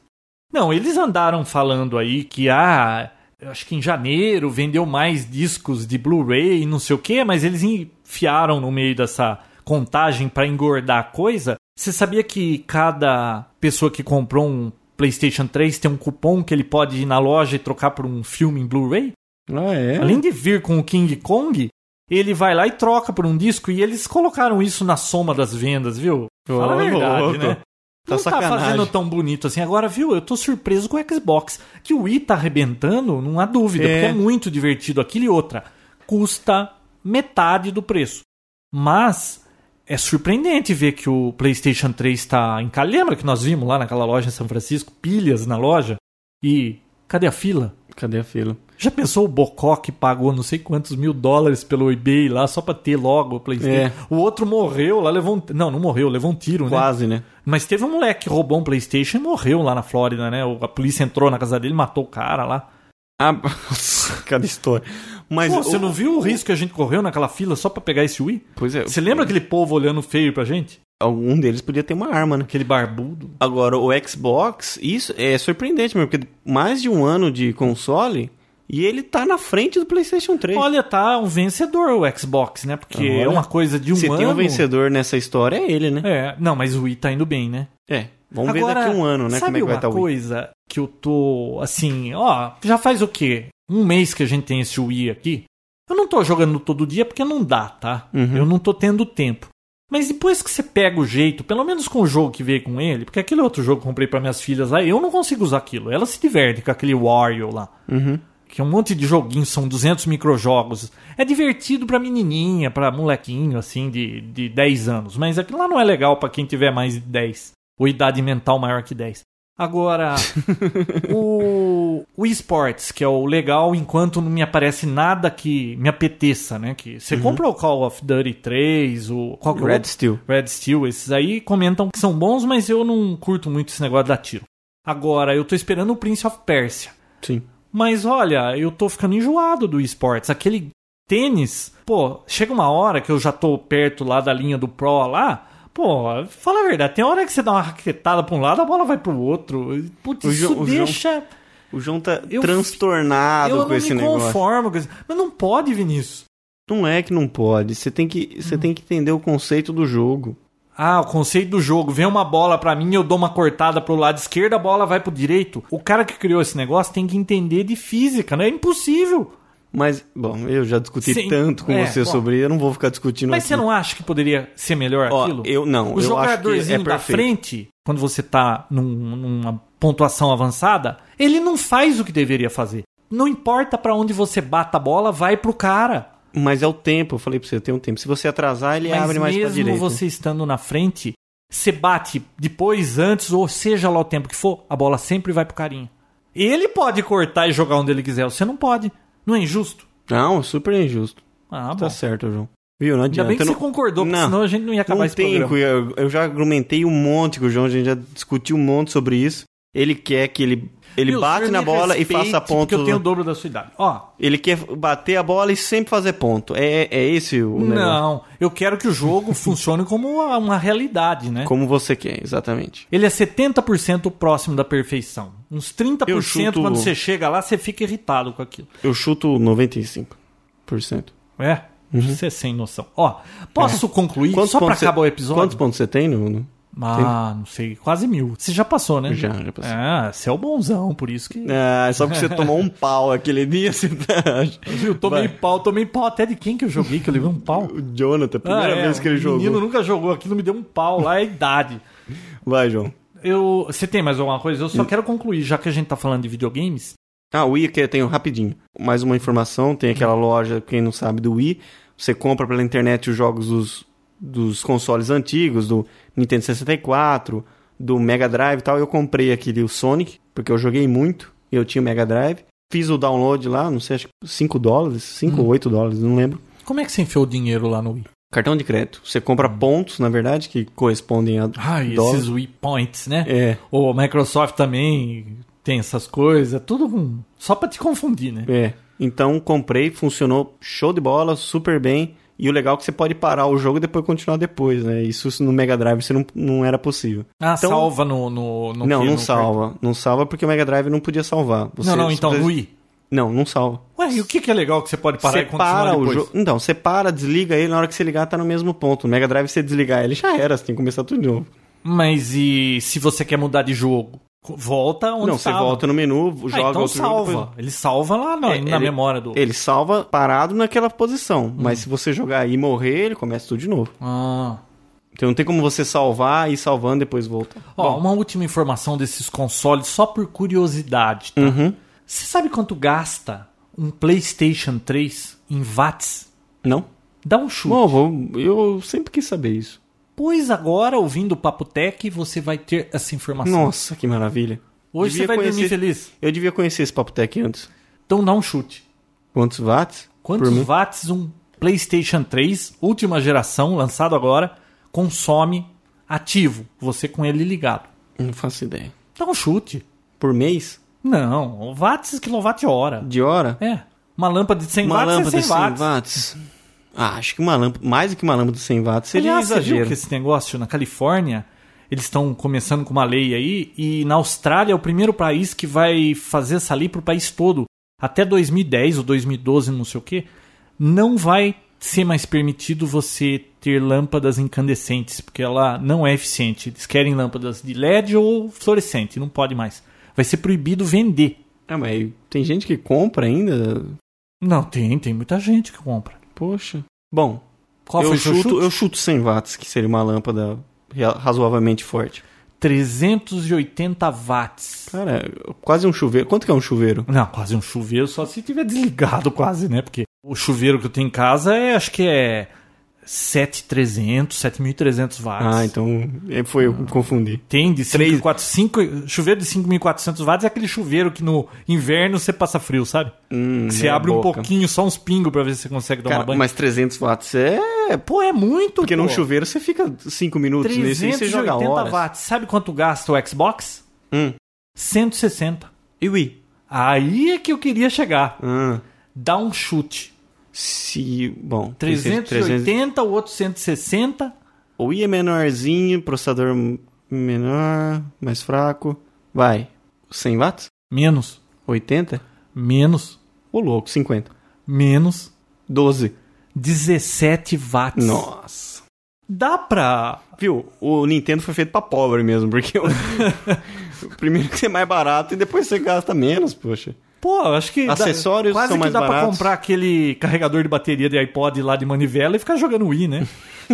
Speaker 1: Não, eles andaram falando aí que, ah, eu acho que em janeiro vendeu mais discos de Blu-ray e não sei o quê, mas eles enfiaram no meio dessa contagem pra engordar a coisa. Você sabia que cada pessoa que comprou um PlayStation 3 tem um cupom que ele pode ir na loja e trocar por um filme em Blu-ray?
Speaker 3: Ah, é?
Speaker 1: Além de vir com o King Kong, ele vai lá e troca por um disco e eles colocaram isso na soma das vendas, viu? Fala a
Speaker 3: Ô,
Speaker 1: verdade,
Speaker 3: louco.
Speaker 1: né? não
Speaker 3: Tá
Speaker 1: tá
Speaker 3: sacanagem.
Speaker 1: fazendo tão bonito assim. Agora, viu, eu tô surpreso com o Xbox. Que o Wii tá arrebentando, não há dúvida,
Speaker 3: É.
Speaker 1: porque é muito divertido aquilo e outra. Custa metade do preço. Mas é surpreendente ver que o PlayStation 3 tá em ca- Lembra que nós vimos lá naquela loja em São Francisco, pilhas na loja? E cadê a fila?
Speaker 3: Cadê a fila?
Speaker 1: Já pensou o Bocó que pagou não sei quantos mil dólares pelo eBay lá só pra ter logo o PlayStation?
Speaker 3: É.
Speaker 1: O outro morreu lá, levou um... Não, não morreu, levou um tiro, né?
Speaker 3: Quase, né?
Speaker 1: Mas teve um moleque que roubou um PlayStation e morreu lá na Flórida, né? O- A polícia entrou na casa dele, matou o cara lá.
Speaker 3: Ah, cada história. Mas
Speaker 1: Pô, você
Speaker 3: o-
Speaker 1: não viu o risco que a gente correu naquela fila só pra pegar esse Wii?
Speaker 3: Pois é.
Speaker 1: Você lembra aquele povo olhando feio pra gente?
Speaker 3: Algum deles podia ter uma arma, né?
Speaker 1: Aquele barbudo?
Speaker 3: Agora, o Xbox, isso é surpreendente mesmo, porque mais de um ano de console e ele tá na frente do PlayStation 3.
Speaker 1: Olha, tá um vencedor o Xbox, né? Porque
Speaker 3: Olha.
Speaker 1: é uma coisa de um
Speaker 3: Se
Speaker 1: ano.
Speaker 3: tem um vencedor nessa história, é ele, né?
Speaker 1: É, não, mas o Wii tá indo bem, né?
Speaker 3: É. Vamos ver daqui um ano, né?
Speaker 1: Sabe
Speaker 3: Como é que vai
Speaker 1: uma
Speaker 3: estar o Wii.
Speaker 1: coisa que eu tô assim, ó, já faz o quê? Um mês que a gente tem esse Wii aqui. Eu não tô jogando todo dia porque não dá, tá?
Speaker 3: Uhum.
Speaker 1: Eu não tô tendo tempo. Mas depois que você pega o jeito, pelo menos com o jogo que veio com ele, porque aquele outro jogo que eu comprei pra minhas filhas lá, eu não consigo usar aquilo. Elas se divertem com aquele Wario lá
Speaker 3: Uhum.
Speaker 1: que é um monte de joguinhos, são 200 microjogos. É divertido pra menininha, pra molequinho, assim, de, de 10 anos. Mas aquilo lá não é legal pra quem tiver mais de 10. Ou idade mental maior que 10. Agora, o, o esportes, que é o legal, enquanto não me aparece nada que me apeteça, né? Que você compra o Call of Duty 3, o qual que é o
Speaker 3: Red
Speaker 1: outro?
Speaker 3: Steel.
Speaker 1: Red Steel, esses aí comentam que são bons, mas eu não curto muito esse negócio da tiro. Agora, eu tô esperando o Prince of Persia.
Speaker 3: Sim.
Speaker 1: Mas olha, eu tô ficando enjoado do esportes. Aquele tênis, pô, chega uma hora que eu já tô perto lá da linha do Pro lá. Pô, fala a verdade, tem hora que você dá uma raquetada pra um lado, a bola vai pro outro. Putz,
Speaker 3: O
Speaker 1: isso
Speaker 3: Jo- o Jo-
Speaker 1: deixa.
Speaker 3: O João tá
Speaker 1: Eu-
Speaker 3: transtornado
Speaker 1: eu não
Speaker 3: com esse
Speaker 1: me
Speaker 3: negócio.
Speaker 1: conformo com isso. Mas não pode, Vinícius.
Speaker 3: Não é que não pode. Você tem que, você tem que entender o conceito do jogo.
Speaker 1: Ah, o conceito do jogo. Vem uma bola pra mim, eu dou uma cortada pro lado esquerdo, a bola vai pro direito. O cara que criou esse negócio tem que entender de física, né? É impossível.
Speaker 3: Mas, bom, eu já discuti
Speaker 1: Sim.
Speaker 3: tanto com
Speaker 1: É,
Speaker 3: você
Speaker 1: bom.
Speaker 3: sobre, eu não vou ficar discutindo
Speaker 1: Mas
Speaker 3: aqui.
Speaker 1: você não acha que poderia ser melhor
Speaker 3: Ó,
Speaker 1: aquilo?
Speaker 3: eu
Speaker 1: O
Speaker 3: não, eu acho que é
Speaker 1: jogadorzinho da
Speaker 3: perfeito.
Speaker 1: frente, quando você tá num- numa pontuação avançada, ele não faz o que deveria fazer. Não importa pra onde você bata a bola, vai pro cara.
Speaker 3: Mas é o tempo, eu falei pra você, tem um tempo. Se você atrasar, ele
Speaker 1: Mas
Speaker 3: abre mais pra
Speaker 1: mesmo
Speaker 3: direita.
Speaker 1: você estando na frente, você bate depois, antes, ou seja lá o tempo que for, a bola sempre vai pro carinha. Ele pode cortar e jogar onde ele quiser, você não pode. Não é injusto?
Speaker 3: Não, é super injusto.
Speaker 1: Ah, bom.
Speaker 3: Tá certo, João. Viu? Não
Speaker 1: Ainda
Speaker 3: adianta.
Speaker 1: bem que
Speaker 3: eu
Speaker 1: você
Speaker 3: não...
Speaker 1: concordou, porque
Speaker 3: Não.
Speaker 1: senão a gente não ia acabar
Speaker 3: não
Speaker 1: esse
Speaker 3: tem,
Speaker 1: programa.
Speaker 3: cu- eu, eu já argumentei um monte com o João, a gente já discutiu um monte sobre isso. Ele quer que ele, ele
Speaker 1: Meu,
Speaker 3: bate
Speaker 1: senhor,
Speaker 3: na
Speaker 1: me
Speaker 3: bola e
Speaker 1: respeite,
Speaker 3: faça
Speaker 1: Porque
Speaker 3: ponto.
Speaker 1: eu tenho o dobro da sua idade. Ó,
Speaker 3: Ele quer bater a bola e sempre fazer ponto. É, é esse o negócio.
Speaker 1: não, eu quero que o jogo funcione como uma, uma realidade, né?
Speaker 3: Como você quer, exatamente.
Speaker 1: Ele é 70% próximo da perfeição. Uns 30%
Speaker 3: Eu chuto-
Speaker 1: quando você chega lá, você fica irritado com aquilo.
Speaker 3: Eu chuto 95%.
Speaker 1: É?
Speaker 3: Uhum.
Speaker 1: Você é sem noção. Ó, posso concluir só pra
Speaker 3: É. você-
Speaker 1: acabar o episódio?
Speaker 3: Quantos pontos você tem, Nuno?
Speaker 1: Ah, não sei, quase mil. Você já passou, né?
Speaker 3: Já, já passei.
Speaker 1: Ah, você é o bonzão, por isso que...
Speaker 3: Ah, só porque você tomou um pau aquele dia. Você... tá-
Speaker 1: Eu tomei
Speaker 3: Vai.
Speaker 1: pau, tomei pau até de quem que eu joguei, que eu levei um pau.
Speaker 3: O Jonathan, primeira
Speaker 1: Ah, é,
Speaker 3: vez que ele
Speaker 1: o menino
Speaker 3: jogou.
Speaker 1: nunca jogou aquilo, me deu um pau lá, é a idade.
Speaker 3: Vai, João.
Speaker 1: Eu, você tem mais alguma coisa? Eu só quero concluir, já que a gente tá falando de videogames.
Speaker 3: Ah, o Wii que eu tenho rapidinho. Mais uma informação, tem
Speaker 1: Hum.
Speaker 3: aquela loja, quem não sabe, do Wii. Você compra pela internet os jogos dos, dos consoles antigos, do Nintendo 64, do Mega Drive e tal. Eu comprei aquele o Sonic, porque eu joguei muito, eu tinha o Mega Drive. Fiz o download lá, não sei, acho que 5 dólares, 5
Speaker 1: Hum.
Speaker 3: ou 8 dólares, não lembro.
Speaker 1: Como é que você enfiou o dinheiro lá no Wii?
Speaker 3: Cartão de crédito. Você compra pontos, na verdade, que correspondem a
Speaker 1: Hum. Ah, e
Speaker 3: dólares.
Speaker 1: esses Wii Points, né?
Speaker 3: É,
Speaker 1: O Microsoft também tem essas coisas, tudo com- só pra te confundir, né?
Speaker 3: é. Então comprei, funcionou show de bola, super bem. E o legal é que você pode parar o jogo e depois continuar depois, né? Isso no Mega Drive você não, não era possível.
Speaker 1: Ah,
Speaker 3: Então-
Speaker 1: salva no, no, no
Speaker 3: não,
Speaker 1: quê?
Speaker 3: não
Speaker 1: No
Speaker 3: salva. Não salva porque o Mega Drive não podia salvar.
Speaker 1: cartão?
Speaker 3: Você
Speaker 1: não, não, então, no
Speaker 3: precisa-
Speaker 1: Wii.
Speaker 3: Não, não salva.
Speaker 1: Ué, e o que, que é legal que você pode parar e continuar
Speaker 3: Separa o
Speaker 1: depois?
Speaker 3: jogo. Então, você para, desliga ele, na hora que você ligar tá no mesmo ponto. No Mega Drive você desligar ele, já era, você tem que começar tudo de novo.
Speaker 1: Mas e se você quer mudar de jogo? Volta onde
Speaker 3: não, você
Speaker 1: estava.
Speaker 3: volta no menu, joga
Speaker 1: ah, então
Speaker 3: outro jogo,
Speaker 1: salva.
Speaker 3: depois-
Speaker 1: Ele salva lá na,
Speaker 3: É,
Speaker 1: na
Speaker 3: ele-
Speaker 1: memória do... Hum.
Speaker 3: Ele salva parado naquela posição, mas se você jogar e morrer, ele começa tudo de novo.
Speaker 1: Ah...
Speaker 3: Então não tem como você salvar e ir salvando depois volta.
Speaker 1: Ó, uma última informação desses consoles, só por curiosidade, tá?
Speaker 3: Uhum.
Speaker 1: Você sabe quanto gasta um PlayStation 3 em watts?
Speaker 3: Não?
Speaker 1: Dá um chute.
Speaker 3: Bom, vou- eu sempre quis saber isso.
Speaker 1: Pois agora, ouvindo o Papo Tech, você vai ter essa informação.
Speaker 3: Nossa, que maravilha.
Speaker 1: Hoje você
Speaker 3: Devia
Speaker 1: vai dormir
Speaker 3: conhecer-
Speaker 1: feliz.
Speaker 3: Eu devia conhecer esse Papo Tech antes.
Speaker 1: Então dá um chute.
Speaker 3: Quantos watts?
Speaker 1: Quantos
Speaker 3: por mim?
Speaker 1: watts um PlayStation 3, última geração, lançado agora, consome ativo? Você com ele ligado.
Speaker 3: Não faço ideia.
Speaker 1: Dá um chute.
Speaker 3: Por mês?
Speaker 1: Não, watts, quilowatt-hora.
Speaker 3: De hora?
Speaker 1: É. Uma lâmpada de 100
Speaker 3: Uma
Speaker 1: watts
Speaker 3: lâmpada
Speaker 1: é 100
Speaker 3: de 100
Speaker 1: watts.
Speaker 3: watts. Ah, acho que uma lâmpada, mais do que uma lâmpada de 100 watts seria
Speaker 1: Aliás, você viu
Speaker 3: exagero.
Speaker 1: que esse negócio na Califórnia, eles estão começando com uma lei aí, e na Austrália é o primeiro país que vai fazer essa lei para o país todo. Até 2010 ou 2012, não sei o quê, não vai ser mais permitido você ter lâmpadas incandescentes, porque ela não é eficiente. Eles querem lâmpadas de LED ou fluorescente, não pode mais. Vai ser proibido vender.
Speaker 3: Ah, mas tem gente que compra ainda.
Speaker 1: Não, tem, tem muita gente que compra.
Speaker 3: Poxa. Bom,
Speaker 1: Qual
Speaker 3: eu
Speaker 1: foi o seu
Speaker 3: chuto,
Speaker 1: chute?
Speaker 3: eu chuto 100 watts, que seria uma lâmpada rea- razoavelmente forte.
Speaker 1: 380 watts.
Speaker 3: Cara, quase um chuveiro. Quanto que é um chuveiro?
Speaker 1: Não, quase um chuveiro, só se tiver desligado quase, né? Porque o chuveiro que eu tenho em casa é, acho que é 7,300, 7.300 watts.
Speaker 3: Ah, então é, foi eu que confundi.
Speaker 1: Tem de
Speaker 3: Três-
Speaker 1: 5.400, cinco- chuveiro de 5.400 watts é aquele chuveiro que no inverno você passa frio, sabe?
Speaker 3: Hum,
Speaker 1: você
Speaker 3: meia
Speaker 1: abre um
Speaker 3: boca.
Speaker 1: pouquinho, só uns pingos pra ver se você consegue tomar
Speaker 3: Cara,
Speaker 1: banho.
Speaker 3: mas 300 watts é...
Speaker 1: Pô, é muito,
Speaker 3: Porque
Speaker 1: pô.
Speaker 3: num chuveiro você fica 5 minutos nisso e você joga
Speaker 1: 380
Speaker 3: horas.
Speaker 1: watts. Sabe quanto gasta o Xbox?
Speaker 3: Hum.
Speaker 1: 160.
Speaker 3: E Wii?
Speaker 1: Aí é que eu queria chegar.
Speaker 3: Ah,
Speaker 1: Dá um chute.
Speaker 3: se... Bom...
Speaker 1: 380, o outro 160.
Speaker 3: O Wii é menorzinho, processador menor, mais fraco. Vai. 100 watts?
Speaker 1: Menos.
Speaker 3: 80?
Speaker 1: Menos.
Speaker 3: Ô louco, 50.
Speaker 1: Menos.
Speaker 3: 12.
Speaker 1: 17 watts.
Speaker 3: Nossa.
Speaker 1: Dá pra.
Speaker 3: Viu? O Nintendo foi feito pra pobre mesmo, porque o... o primeiro que você é mais barato e depois você gasta menos, poxa.
Speaker 1: Pô, eu acho que. dá-
Speaker 3: Acessórios
Speaker 1: quase
Speaker 3: são
Speaker 1: que
Speaker 3: mais
Speaker 1: dá pra
Speaker 3: baratos.
Speaker 1: comprar aquele carregador de bateria de iPod lá de manivela e ficar jogando Wii, né?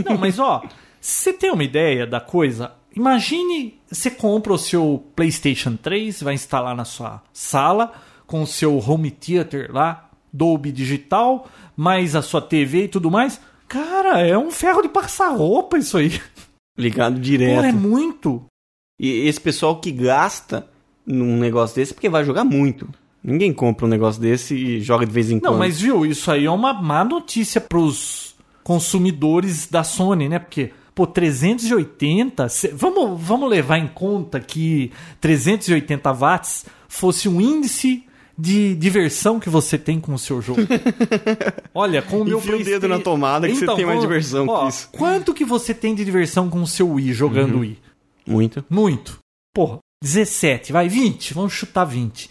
Speaker 1: Não, mas ó, se você tem uma ideia da coisa, imagine você compra o seu PlayStation 3, vai instalar na sua sala com o seu home theater lá, Dolby Digital, mais a sua TV e tudo mais. Cara, é um ferro de passar roupa isso aí.
Speaker 3: Ligado
Speaker 1: Pô,
Speaker 3: direto.
Speaker 1: é muito.
Speaker 3: E esse pessoal que gasta num negócio desse é porque vai jogar muito. Ninguém compra um negócio desse e joga de vez em
Speaker 1: Não,
Speaker 3: quando.
Speaker 1: mas viu, isso aí é uma má notícia pros consumidores da Sony, né? Porque, pô, 380, cê- vamos, vamos levar em conta que 380 watts fosse um índice de diversão que você tem com o seu jogo. Olha, com o meu
Speaker 3: Enfia o
Speaker 1: Playsta-
Speaker 3: dedo na tomada que você tem mais
Speaker 1: com-
Speaker 3: diversão
Speaker 1: ó,
Speaker 3: que isso. Uhum.
Speaker 1: Quanto que você tem de diversão com o seu Wii jogando Wii?
Speaker 3: Muito.
Speaker 1: Muito. Porra, 17, vai 20, vamos chutar 20.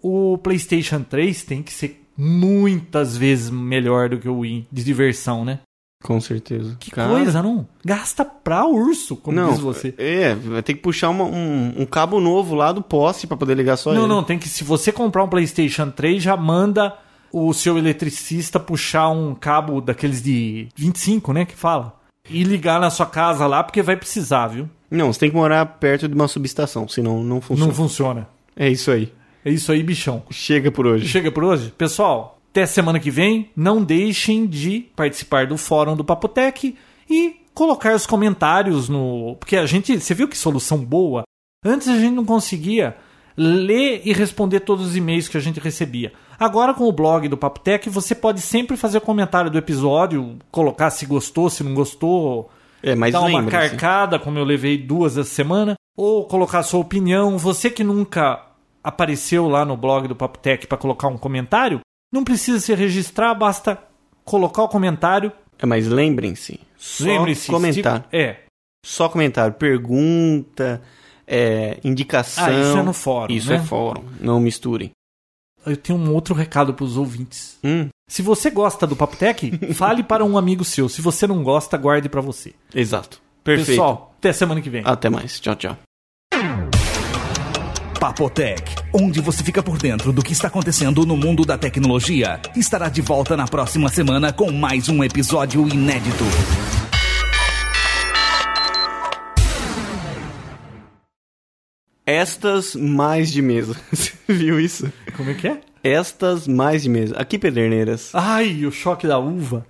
Speaker 1: O PlayStation 3 tem que ser muitas vezes melhor do que o Wii de diversão, né?
Speaker 3: Com certeza.
Speaker 1: Que
Speaker 3: Cara,
Speaker 1: coisa, não? Gasta pra urso, como
Speaker 3: não,
Speaker 1: diz você.
Speaker 3: É, vai ter que puxar uma- um, um cabo novo lá do poste pra poder ligar só
Speaker 1: Não,
Speaker 3: ele.
Speaker 1: não, tem que se você comprar um PlayStation 3, já manda o seu eletricista puxar um cabo daqueles de 25, né, que fala, e ligar na sua casa lá porque vai precisar, viu?
Speaker 3: Não, você tem que morar perto de uma subestação, senão não funciona.
Speaker 1: Não funciona.
Speaker 3: É isso aí.
Speaker 1: É isso aí, bichão.
Speaker 3: Chega por hoje.
Speaker 1: Chega por hoje. Pessoal, até semana que vem. Não deixem de participar do fórum do Papotec e colocar os comentários no. Porque a gente. Você viu que solução boa? Antes a gente não conseguia ler e responder todos os e-mails que a gente recebia. Agora com o blog do Papotec, você pode sempre fazer comentário do episódio, colocar se gostou, se não gostou,
Speaker 3: É, mas
Speaker 1: dar uma
Speaker 3: lembra.
Speaker 1: carcada, como eu levei duas essa semana, ou colocar sua opinião. Você que nunca apareceu lá no blog do Papo Tech para colocar um comentário, não precisa se registrar, basta colocar o comentário.
Speaker 3: É, mas lembrem-se. Só
Speaker 1: Lembre-se,
Speaker 3: comentar.
Speaker 1: se- É.
Speaker 3: Só comentário, pergunta, é, indicação.
Speaker 1: Ah, isso é no fórum,
Speaker 3: Isso
Speaker 1: né?
Speaker 3: é fórum. Não misturem.
Speaker 1: Eu tenho um outro recado para os ouvintes.
Speaker 3: Hum,
Speaker 1: Se você gosta do Papo Tech, fale para um amigo seu. Se você não gosta, guarde para você.
Speaker 3: exato. Perfeito. Ah.
Speaker 1: Pessoal, até semana que vem.
Speaker 3: Até mais. Tchau, tchau.
Speaker 2: Papotec, onde você fica por dentro do que está acontecendo no mundo da tecnologia, estará de volta na próxima semana com mais um episódio inédito.
Speaker 3: Estas mais de mesa. Você viu isso?
Speaker 1: Como é que é?
Speaker 3: Estas mais de mesa. Aqui, Pederneiras.
Speaker 1: Ai, o choque da uva.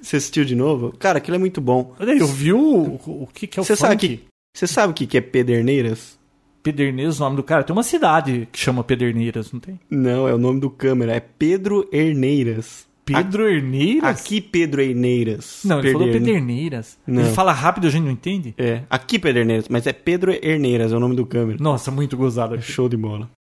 Speaker 3: Você assistiu de novo? Cara, aquilo é muito bom.
Speaker 1: Olha aí, eu vi o, o que, que é o
Speaker 3: Você sabe,
Speaker 1: funk?
Speaker 3: que, você sabe o que que é Pederneiras?
Speaker 1: Pederneiras, o nome do cara. Tem uma cidade que chama Pederneiras, não tem?
Speaker 3: Não, é o nome do câmera. É Pedro Herneiras.
Speaker 1: Pedro
Speaker 3: A-
Speaker 1: Herneiras?
Speaker 3: Aqui, Pedro Herneiras.
Speaker 1: Não, ele falou
Speaker 3: Pederneiras.
Speaker 1: Pederneiras.
Speaker 3: Não.
Speaker 1: Ele fala rápido, a gente não entende?
Speaker 3: É, aqui Pederneiras, mas é Pedro Herneiras, é o nome do câmera.
Speaker 1: Nossa, muito gozado.
Speaker 3: Show de bola.